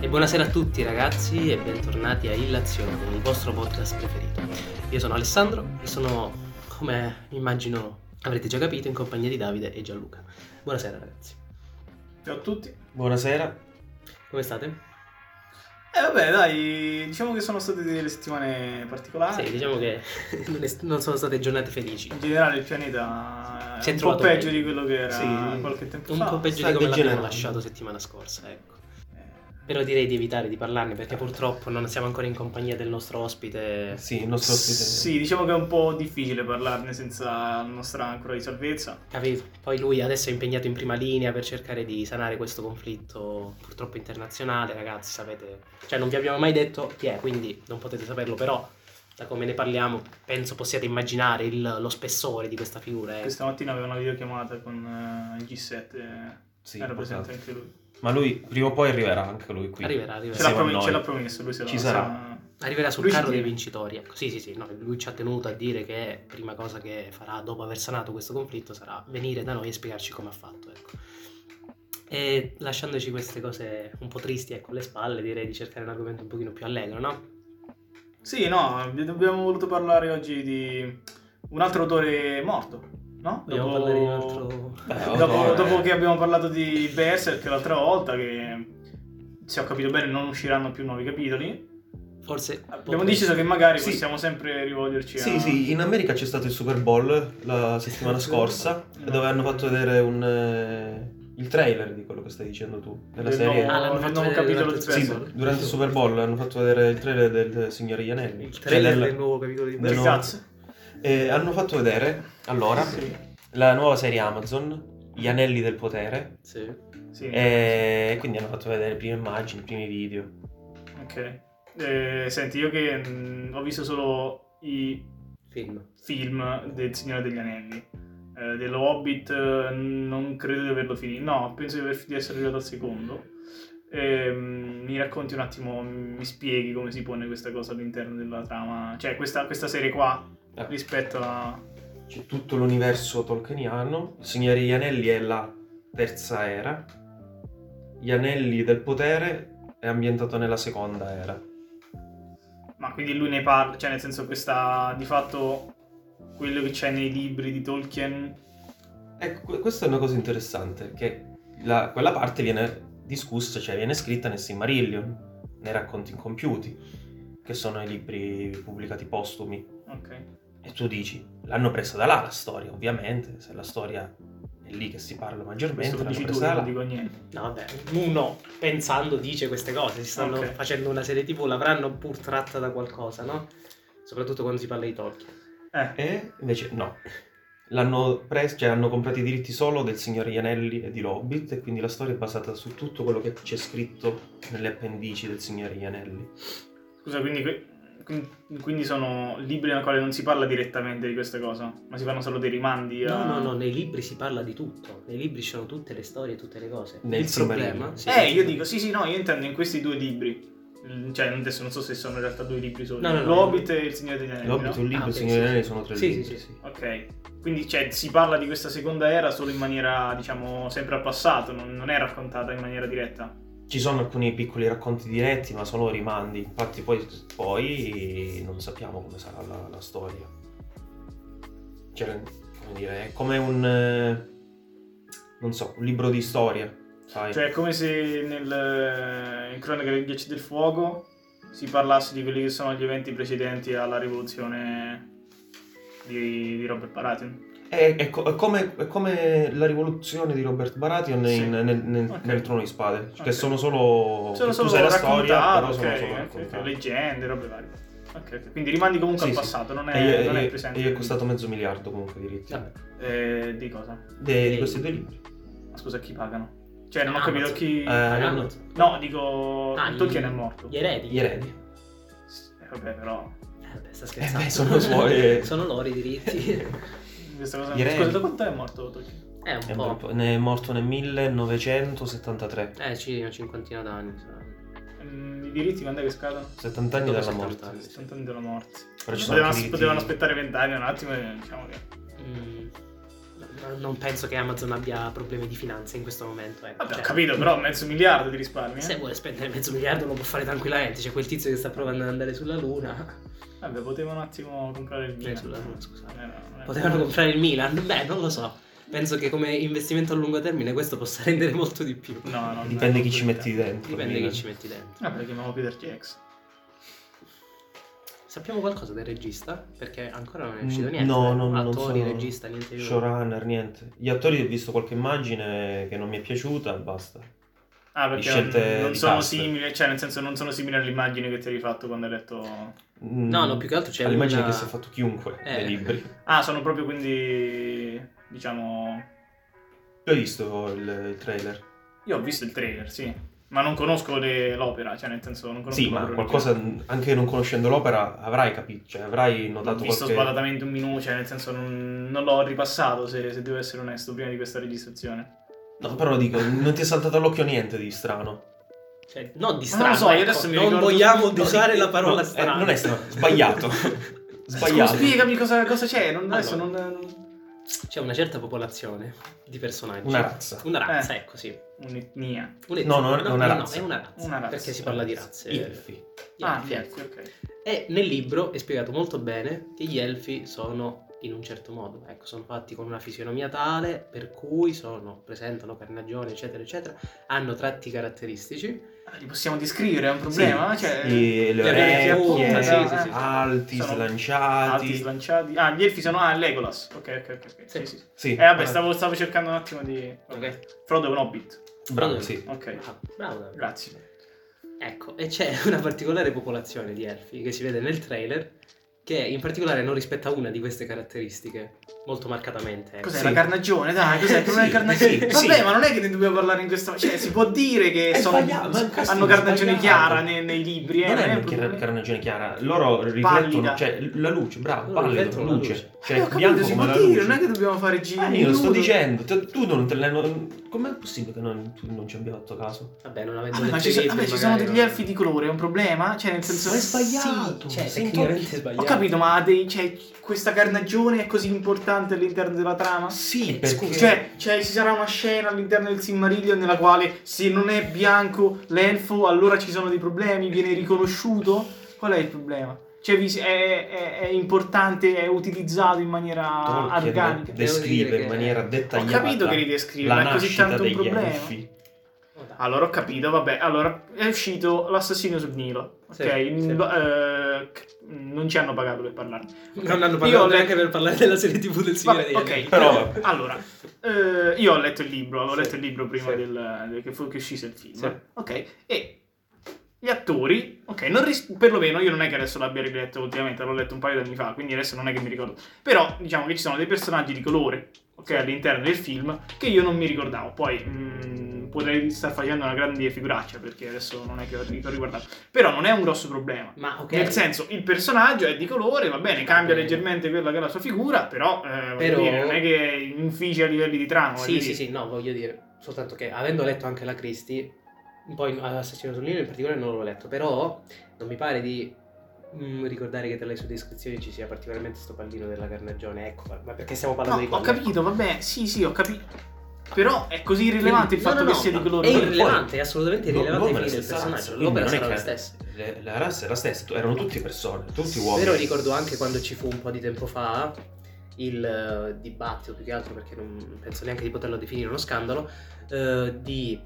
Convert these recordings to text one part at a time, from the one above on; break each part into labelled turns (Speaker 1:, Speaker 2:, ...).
Speaker 1: E buonasera a tutti ragazzi e bentornati a Illazione, il vostro podcast preferito. Io sono Alessandro e sono, come immagino avrete già capito, in compagnia di Davide e Gianluca. Buonasera ragazzi,
Speaker 2: Ciao a tutti.
Speaker 3: Buonasera.
Speaker 1: come state?
Speaker 2: E Eh, vabbè, dai, diciamo che sono state delle settimane particolari.
Speaker 1: Sì, diciamo che non, è- non sono state giornate felici,
Speaker 2: In generale il pianeta
Speaker 1: Si
Speaker 2: è
Speaker 1: è
Speaker 2: un po'
Speaker 1: trovato
Speaker 2: peggio
Speaker 1: meglio.
Speaker 2: di quello che era
Speaker 3: Sì,
Speaker 2: qualche tempo
Speaker 1: un
Speaker 2: fa.
Speaker 1: po' peggio
Speaker 3: sta
Speaker 1: di come l'abbiamo
Speaker 3: degenerando.
Speaker 1: lasciato settimana scorsa, ecco.
Speaker 2: Eh,
Speaker 1: Però direi di evitare di parlarne perché purtroppo non siamo ancora in compagnia del nostro ospite.
Speaker 3: Sì, il nostro ospite.
Speaker 2: Sì, diciamo che è un po' difficile parlarne senza la nostra ancora di salvezza.
Speaker 1: Capito? Poi lui adesso è impegnato in prima linea per cercare di sanare questo conflitto purtroppo internazionale, ragazzi, sapete. Cioè non vi abbiamo mai detto chi è, quindi non potete saperlo, però da come ne parliamo penso possiate immaginare il- lo spessore di questa figura. eh.
Speaker 2: Questa mattina aveva una videochiamata con eh, il G7, eh,
Speaker 3: Sì,
Speaker 2: era
Speaker 3: importante.
Speaker 2: presente anche lui.
Speaker 3: Ma lui prima o poi arriverà anche lui qui.
Speaker 1: Arriverà, arriverà.
Speaker 2: Ce
Speaker 3: Sì,
Speaker 2: l'ha,
Speaker 3: ma
Speaker 2: promi-
Speaker 3: noi-
Speaker 2: ce l'ha promesso, lui se la-
Speaker 3: Ci
Speaker 2: se
Speaker 3: sarà.
Speaker 2: la-
Speaker 1: Arriverà sul
Speaker 2: Lui ci
Speaker 1: carro dei
Speaker 2: tiene.
Speaker 1: vincitori, ecco. Sì, sì, sì, no, lui ci ha tenuto a dire che prima cosa che farà dopo aver sanato questo conflitto sarà venire da noi e spiegarci come ha fatto, ecco. E lasciandoci queste cose un po' tristi ecco, alle spalle, direi di cercare un argomento un pochino più allegro, no?
Speaker 2: Sì, no, vi- abbiamo voluto parlare oggi di un altro autore morto, no?
Speaker 1: Dobbiamo
Speaker 2: Dopo-
Speaker 1: parlare di un altro...
Speaker 3: Beh, eh.
Speaker 2: dopo,
Speaker 3: odore.
Speaker 2: dopo che abbiamo parlato di Berserk l'altra volta, che se ho capito bene non usciranno più nuovi capitoli,
Speaker 1: Forse...
Speaker 2: abbiamo deciso che magari
Speaker 3: Sì.
Speaker 2: possiamo sempre rivolgerci a...
Speaker 3: Sì, sì, in America c'è stato il Super Bowl la settimana scorsa,
Speaker 1: Eh.
Speaker 2: No.
Speaker 3: dove hanno fatto vedere un, eh, il trailer di quello che stai dicendo tu, della
Speaker 2: Del
Speaker 3: serie.
Speaker 2: nuovo-
Speaker 1: Ah, l'hanno
Speaker 2: del
Speaker 1: fatto
Speaker 2: nuovo
Speaker 1: vedere
Speaker 2: capitolo di
Speaker 1: durante il
Speaker 3: Sì,
Speaker 1: Super
Speaker 2: Berserk.
Speaker 1: Bowl.
Speaker 3: durante il Super Bowl hanno fatto vedere il trailer del Signore degli Anelli.
Speaker 1: Il
Speaker 3: Cioè,
Speaker 1: trailer
Speaker 3: del-
Speaker 1: del nuovo capitolo di
Speaker 3: del
Speaker 2: Che
Speaker 1: Berserk.
Speaker 3: nuovo-
Speaker 2: cazzo?
Speaker 3: eh, hanno fatto vedere, allora,
Speaker 2: Sì,
Speaker 3: la nuova serie Amazon, Gli Anelli del Potere,
Speaker 1: Sì.
Speaker 2: sì.
Speaker 3: Eh. e quindi hanno fatto vedere le prime immagini, i primi video.
Speaker 2: Ok. Eh, senti, io che mh, ho visto solo i
Speaker 1: Film.
Speaker 2: film del Signore degli Anelli. Eh, dello Hobbit eh, non credo di averlo finito. No, penso di, aver- di essere arrivato al secondo. Ehm, mi racconti un attimo, mi spieghi come si pone questa cosa all'interno della trama, cioè questa, questa serie qua
Speaker 3: Eh.
Speaker 2: rispetto a...
Speaker 3: C'è tutto l'universo tolkieniano. Il Signore degli Anelli è la terza era. Gli Anelli del Potere è ambientato nella seconda era.
Speaker 2: Ma quindi lui ne parla, cioè nel senso questa di fatto quello che c'è nei libri di Tolkien.
Speaker 3: Ecco, que- questa è una cosa interessante, che la- quella parte viene discussa, cioè viene scritta nel Silmarillion, nei racconti incompiuti, che sono i libri pubblicati postumi.
Speaker 2: Ok.
Speaker 3: E tu dici, l'hanno presa da là la storia, ovviamente, se la storia è lì che si parla
Speaker 2: Questo
Speaker 3: maggiormente,
Speaker 2: lo
Speaker 3: l'hanno
Speaker 2: dici tu,
Speaker 3: presa
Speaker 2: io
Speaker 3: da
Speaker 2: non
Speaker 3: là.
Speaker 2: dico niente.
Speaker 1: No, vabbè, uno pensando dice queste cose, si stanno
Speaker 2: Ok.
Speaker 1: facendo una serie tv, l'avranno pur tratta da qualcosa, no? Soprattutto quando si parla di Tolkien.
Speaker 2: Eh,
Speaker 3: E invece no. L'hanno preso, cioè hanno comprato i diritti solo del Signore Ianelli e di Lobbit e quindi la storia è basata su tutto quello che c'è scritto nelle appendici del Signore Ianelli.
Speaker 2: Scusa, quindi, que- quin- quindi sono libri nel quale non si parla direttamente di questa cosa, ma si fanno solo dei rimandi a...
Speaker 1: No, no, no, nei libri si parla di tutto, nei libri ci sono tutte le storie, tutte le cose.
Speaker 3: Nel
Speaker 1: Il problema...
Speaker 3: Silmarillion.
Speaker 1: sì.
Speaker 2: Eh, io dico, sì, sì, no, io intendo in questi due libri. Mm, Cioè, adesso non so se sono in realtà due libri soli.
Speaker 1: No, no, no.
Speaker 2: L'Hobbit e il Signore degli Anelli.
Speaker 3: Lobbit è
Speaker 2: no?
Speaker 3: un libro,
Speaker 1: Ah, ok,
Speaker 3: il Signore
Speaker 1: sì,
Speaker 3: Ianelli
Speaker 1: sì.
Speaker 3: sono tre
Speaker 1: Sì,
Speaker 3: libri.
Speaker 1: sì, sì, sì.
Speaker 2: Ok. Quindi, cioè, si parla di questa seconda era solo in maniera, diciamo, sempre al passato, non, non è raccontata in maniera diretta.
Speaker 3: Ci sono alcuni piccoli racconti diretti, ma solo rimandi. Infatti poi, poi non sappiamo come sarà la, la storia. Cioè, come dire, è come un... eh, non so, un libro di storia, sai?
Speaker 2: Cioè, è come se nel, in Cronaca dei Ghiacci del Fuoco si parlasse di quelli che sono gli eventi precedenti alla rivoluzione di, di Robert Baratheon.
Speaker 3: È, è co- è come, è come la rivoluzione di Robert Baratheon
Speaker 2: Sì.
Speaker 3: in- nel, nel-
Speaker 2: Ok.
Speaker 3: nel Trono di Spade,
Speaker 2: Ok.
Speaker 3: che sono solo...
Speaker 2: Sono
Speaker 3: Oh, tu
Speaker 2: solo
Speaker 3: sai la
Speaker 2: raccontate,
Speaker 3: storia, però sono
Speaker 2: ok,
Speaker 3: solo
Speaker 2: ok,
Speaker 3: raccontate.
Speaker 2: ok, leggende, robe varie. Ok, ok, Quindi rimandi comunque
Speaker 3: Sì,
Speaker 2: al
Speaker 3: sì.
Speaker 2: passato, non
Speaker 3: E gli
Speaker 2: è,
Speaker 3: è-
Speaker 2: non
Speaker 3: e
Speaker 2: è
Speaker 3: gli-
Speaker 2: presente.
Speaker 3: e gli è costato mezzo miliardo comunque di diritti.
Speaker 1: Vabbè.
Speaker 2: Eh, di cosa?
Speaker 3: De- di questi due libri.
Speaker 2: Ma scusa, chi pagano? Cioè, non ho
Speaker 1: Amazon.
Speaker 2: capito chi...
Speaker 3: Eh, hanno-
Speaker 1: Amazon.
Speaker 2: No, dico...
Speaker 1: Ah, gli-
Speaker 2: Tolkien è morto.
Speaker 1: Gli eredi.
Speaker 3: Gli eredi.
Speaker 2: Eh, vabbè, però...
Speaker 1: Eh, vabbè, sta scherzando.
Speaker 3: Eh, beh, sono suoi, eh.
Speaker 1: Sono loro i diritti.
Speaker 2: Questa cosa...
Speaker 3: Gli eredi.
Speaker 2: Scusa, da quanto è morto Tolkien?
Speaker 1: È un
Speaker 3: È un bel
Speaker 1: po'...
Speaker 3: po'. Ne è morto nel 1973.
Speaker 1: Eh, ci una cinquantina d'anni. saranno.
Speaker 2: Mm, I diritti quando è che scadono?
Speaker 3: 70 anni
Speaker 1: Dopo
Speaker 3: dalla
Speaker 1: 70
Speaker 3: morte.
Speaker 1: anni.
Speaker 2: 70 anni della morte.
Speaker 3: Però ci sono
Speaker 2: potevano,
Speaker 3: anche i diritti-
Speaker 2: potevano aspettare vent'anni un attimo e diciamo che...
Speaker 1: Mm. n- non penso che Amazon abbia problemi di finanza in questo momento. Ecco.
Speaker 2: Vabbè, ho
Speaker 1: Cioè,
Speaker 2: capito, però mezzo miliardo di risparmi.
Speaker 1: Se
Speaker 2: Eh?
Speaker 1: vuole spendere mezzo miliardo lo può fare tranquillamente. C'è quel tizio che sta provando ad andare sulla Luna.
Speaker 2: Vabbè, potevo un attimo comprare il
Speaker 1: Cioè,
Speaker 2: Milan.
Speaker 1: sulla Luna, scusate.
Speaker 2: Eh, no, non è-
Speaker 1: Potevano comprare il Milan? Beh, non lo so. Penso che come investimento a lungo termine questo possa rendere molto di più.
Speaker 2: No, no,
Speaker 3: Dipende
Speaker 2: no,
Speaker 3: chi ci metti dentro.
Speaker 1: Dipende
Speaker 3: quindi.
Speaker 1: chi ci metti dentro.
Speaker 2: Ah, perché chiamavo Peter Jackson.
Speaker 1: Sappiamo qualcosa del regista? Perché ancora non è
Speaker 3: Mm,
Speaker 1: uscito niente.
Speaker 3: no,
Speaker 1: eh.
Speaker 3: no, non
Speaker 1: Attori,
Speaker 3: so.
Speaker 1: regista, niente di nuovo.
Speaker 3: Showrunner, niente. Gli attori ho visto qualche immagine che non mi è piaciuta e basta.
Speaker 2: Ah,
Speaker 3: Di
Speaker 2: perché
Speaker 3: scelte
Speaker 2: non, non
Speaker 3: di
Speaker 2: sono
Speaker 3: cast.
Speaker 2: simili, cioè nel senso non sono simili all'immagine che ti eri fatto quando hai letto...
Speaker 1: No, no, più che altro c'è
Speaker 3: L'immagine
Speaker 1: una-
Speaker 3: Mm. che si è fatto chiunque
Speaker 1: Eh.
Speaker 3: dei libri.
Speaker 2: Ah, sono proprio quindi, diciamo...
Speaker 3: L'ho visto il, il trailer?
Speaker 2: Io ho visto il trailer, sì, ma non conosco le- l'opera, cioè nel senso non conosco
Speaker 3: Sì, ma qualcosa, anche non conoscendo l'opera, avrai capito, cioè avrai
Speaker 2: Ho
Speaker 3: notato
Speaker 2: visto
Speaker 3: qualche...
Speaker 2: sbadatamente un minuto, cioè nel senso non, non l'ho ripassato, se, se devo essere onesto, prima di questa registrazione.
Speaker 3: No, però dico, non ti è saltato all'occhio niente di strano.
Speaker 1: Cioè, no, di
Speaker 2: Ma non
Speaker 1: strano.
Speaker 2: lo so, io
Speaker 1: ecco,
Speaker 2: adesso mi
Speaker 1: non
Speaker 2: ricordo-
Speaker 1: vogliamo
Speaker 2: no,
Speaker 1: usare
Speaker 2: sì,
Speaker 1: la parola
Speaker 3: No, eh,
Speaker 1: strano.
Speaker 3: non è strano, sbagliato.
Speaker 2: Scusa,
Speaker 3: sbagliato.
Speaker 2: spiegami cosa, cosa c'è, non, adesso
Speaker 1: Allora.
Speaker 2: non... non-
Speaker 1: C'è una certa popolazione di personaggi.
Speaker 3: Una razza.
Speaker 1: Una
Speaker 2: Eh.
Speaker 1: razza, ecco sì.
Speaker 2: Un'etnia.
Speaker 1: Un'etnia.
Speaker 3: No, no, è
Speaker 1: no,
Speaker 3: una razza.
Speaker 1: è una razza.
Speaker 2: Una razza.
Speaker 1: Perché si parla di razze.
Speaker 3: Gli elfi.
Speaker 1: Gli
Speaker 2: ah,
Speaker 1: elfi, ecco.
Speaker 2: ecco, ok.
Speaker 1: E nel libro è spiegato molto bene che gli elfi sono in un certo modo, ecco, sono fatti con una fisionomia tale per cui sono, presentano carnagione, eccetera, eccetera, hanno tratti caratteristici.
Speaker 2: Ah, Li possiamo descrivere, è un problema?
Speaker 3: Sì,
Speaker 2: Cioè,
Speaker 3: gli- le
Speaker 1: le orecchie,
Speaker 3: orecchie,
Speaker 1: appunto, sì, sì, sì.
Speaker 3: alti,
Speaker 2: eh. Sono
Speaker 3: slanciati.
Speaker 2: Alti, slanciati. Ah, gli elfi sono... Ah, Legolas. Ok, ok, ok. ok. Sì,
Speaker 1: Sì.
Speaker 2: sì, sì.
Speaker 3: sì,
Speaker 2: Eh vabbè,
Speaker 3: ah,
Speaker 2: stavo, stavo cercando un attimo di...
Speaker 1: Ok.
Speaker 2: Frodo è un hobbit.
Speaker 3: Bravo, sì.
Speaker 2: Ok,
Speaker 1: Bravo, Ah, bravo. Davide.
Speaker 2: grazie.
Speaker 1: Ecco, e c'è una particolare popolazione di elfi che si vede nel trailer che in particolare non rispetta una di queste caratteristiche molto marcatamente. ecco.
Speaker 2: Cos'è
Speaker 3: Sì.
Speaker 2: la carnagione? Dai, cos'è il problema
Speaker 3: Sì,
Speaker 2: del carnagione?
Speaker 3: sì,
Speaker 2: Vabbè,
Speaker 3: sì.
Speaker 2: ma non è che ne dobbiamo parlare in questo Cioè, si può dire che
Speaker 3: È
Speaker 2: sono-
Speaker 3: sbagliato, ma è un casting
Speaker 2: hanno carnagione
Speaker 3: sbagliato.
Speaker 2: chiara nei, nei libri, eh?
Speaker 3: Non è
Speaker 2: un
Speaker 3: una
Speaker 2: problema.
Speaker 3: chiara- carnagione chiara, loro riflettono,
Speaker 2: Pallida.
Speaker 3: cioè la luce, bravo,
Speaker 1: Loro
Speaker 3: pallido,
Speaker 1: riflettono la
Speaker 3: luce.
Speaker 1: luce.
Speaker 3: Cioè,
Speaker 2: Eh, ho capito,
Speaker 3: bianco
Speaker 2: si
Speaker 3: come
Speaker 2: può
Speaker 3: la
Speaker 2: dire,
Speaker 3: luce.
Speaker 2: non è che dobbiamo fare giri
Speaker 3: Ah,
Speaker 2: di
Speaker 3: io lo sto
Speaker 2: nudo.
Speaker 3: dicendo, te- tu non te l'hai... non- Com'è possibile che non, tu non ci abbia fatto caso?
Speaker 1: Vabbè, non
Speaker 2: Ah,
Speaker 1: avendo
Speaker 2: ma
Speaker 1: letto
Speaker 2: ci,
Speaker 1: i
Speaker 2: so-
Speaker 1: libri,
Speaker 2: vabbè, ci
Speaker 1: magari
Speaker 2: sono degli
Speaker 1: non-
Speaker 2: elfi di colore, è un problema? Cioè, nel senso, è sbagliato.
Speaker 1: Sì, cioè,
Speaker 3: Sento-
Speaker 1: tecnicamente è
Speaker 2: Ho
Speaker 1: sbagliato.
Speaker 2: capito, ma ha dei- cioè, questa carnagione è così importante all'interno della trama?
Speaker 3: Sì,
Speaker 1: Eh,
Speaker 3: perché...
Speaker 1: scusa.
Speaker 2: Cioè, cioè, ci sarà una scena all'interno del Silmarillion nella quale se non è bianco l'elfo allora ci sono dei problemi, viene riconosciuto? Qual è il problema? Cioè, vi- è, è- è importante, è utilizzato in maniera
Speaker 3: Tolkien
Speaker 2: organica.
Speaker 1: Devo
Speaker 3: descrive
Speaker 1: dire
Speaker 3: in
Speaker 1: che-
Speaker 3: maniera
Speaker 2: Ho
Speaker 3: dettagliata
Speaker 2: capito che li descrive,
Speaker 3: la
Speaker 2: ma è così
Speaker 3: nascita
Speaker 2: tanto un
Speaker 3: degli
Speaker 2: problema.
Speaker 3: elfi.
Speaker 1: Oh, dai.
Speaker 2: Allora ho capito, vabbè, allora è uscito l'assassino sul Nilo, ok?
Speaker 1: Sì,
Speaker 2: In-
Speaker 1: sì.
Speaker 2: eh, c- non ci hanno pagato per parlarne.
Speaker 1: Non hanno
Speaker 2: Io ho
Speaker 1: parlato
Speaker 2: letto-
Speaker 1: neanche per parlare della serie TV del Signore
Speaker 2: Vabbè,
Speaker 1: degli
Speaker 2: ok,
Speaker 1: Anelli.
Speaker 2: però
Speaker 3: Però-
Speaker 2: allora, eh, io ho letto il libro, avevo
Speaker 1: Sì.
Speaker 2: letto il libro prima
Speaker 1: Sì.
Speaker 2: del, del- che, fu, che uscisse il film,
Speaker 1: Sì.
Speaker 2: ok, e gli attori, ok, non ris- perlomeno io non è che adesso l'abbia riletto ultimamente, l'ho letto un paio di anni fa, quindi adesso non è che mi ricordo, però diciamo che ci sono dei personaggi di colore, ok, all'interno del film che io non mi ricordavo, poi mm, potrei star facendo una grande figuraccia perché adesso non è che ho ho riguardato, però non è un grosso problema.
Speaker 1: Ma ok,
Speaker 2: Nel senso, il personaggio è di colore, va bene, cambia
Speaker 1: Ok.
Speaker 2: leggermente quella che è la sua figura, però, eh, voglio
Speaker 1: Però-
Speaker 2: dire, non è che inficia a livelli di trama. voglio
Speaker 1: sì,
Speaker 2: dire.
Speaker 1: sì, sì, no, voglio dire, soltanto che avendo letto anche la Christie, poi Assassino sul Nilo in particolare non l'ho letto, però non mi pare di mm, ricordare che tra le sue descrizioni ci sia particolarmente sto pallino della carnagione, ecco, ma perché stiamo parlando di
Speaker 2: No, ho
Speaker 1: quello?
Speaker 2: capito, vabbè, sì, sì, ho capito. Però è così irrilevante il
Speaker 1: No,
Speaker 2: fatto
Speaker 1: no, no,
Speaker 2: che sia di
Speaker 1: no,
Speaker 2: colore.
Speaker 1: È
Speaker 3: Poi-
Speaker 1: irrilevante, è assolutamente irrilevante ai
Speaker 3: L'opera è
Speaker 1: fini
Speaker 3: la
Speaker 1: del
Speaker 3: stessa razza,
Speaker 1: personaggio,
Speaker 3: quindi
Speaker 1: l'opera
Speaker 3: non è
Speaker 1: sarà la
Speaker 3: che-
Speaker 1: stessa.
Speaker 3: le- La razza era la stessa, erano tutti persone, tutti uomini.
Speaker 1: Però ricordo anche quando ci fu un po' di tempo fa il eh, dibattito, più che altro perché non penso neanche di poterlo definire uno scandalo, eh, di...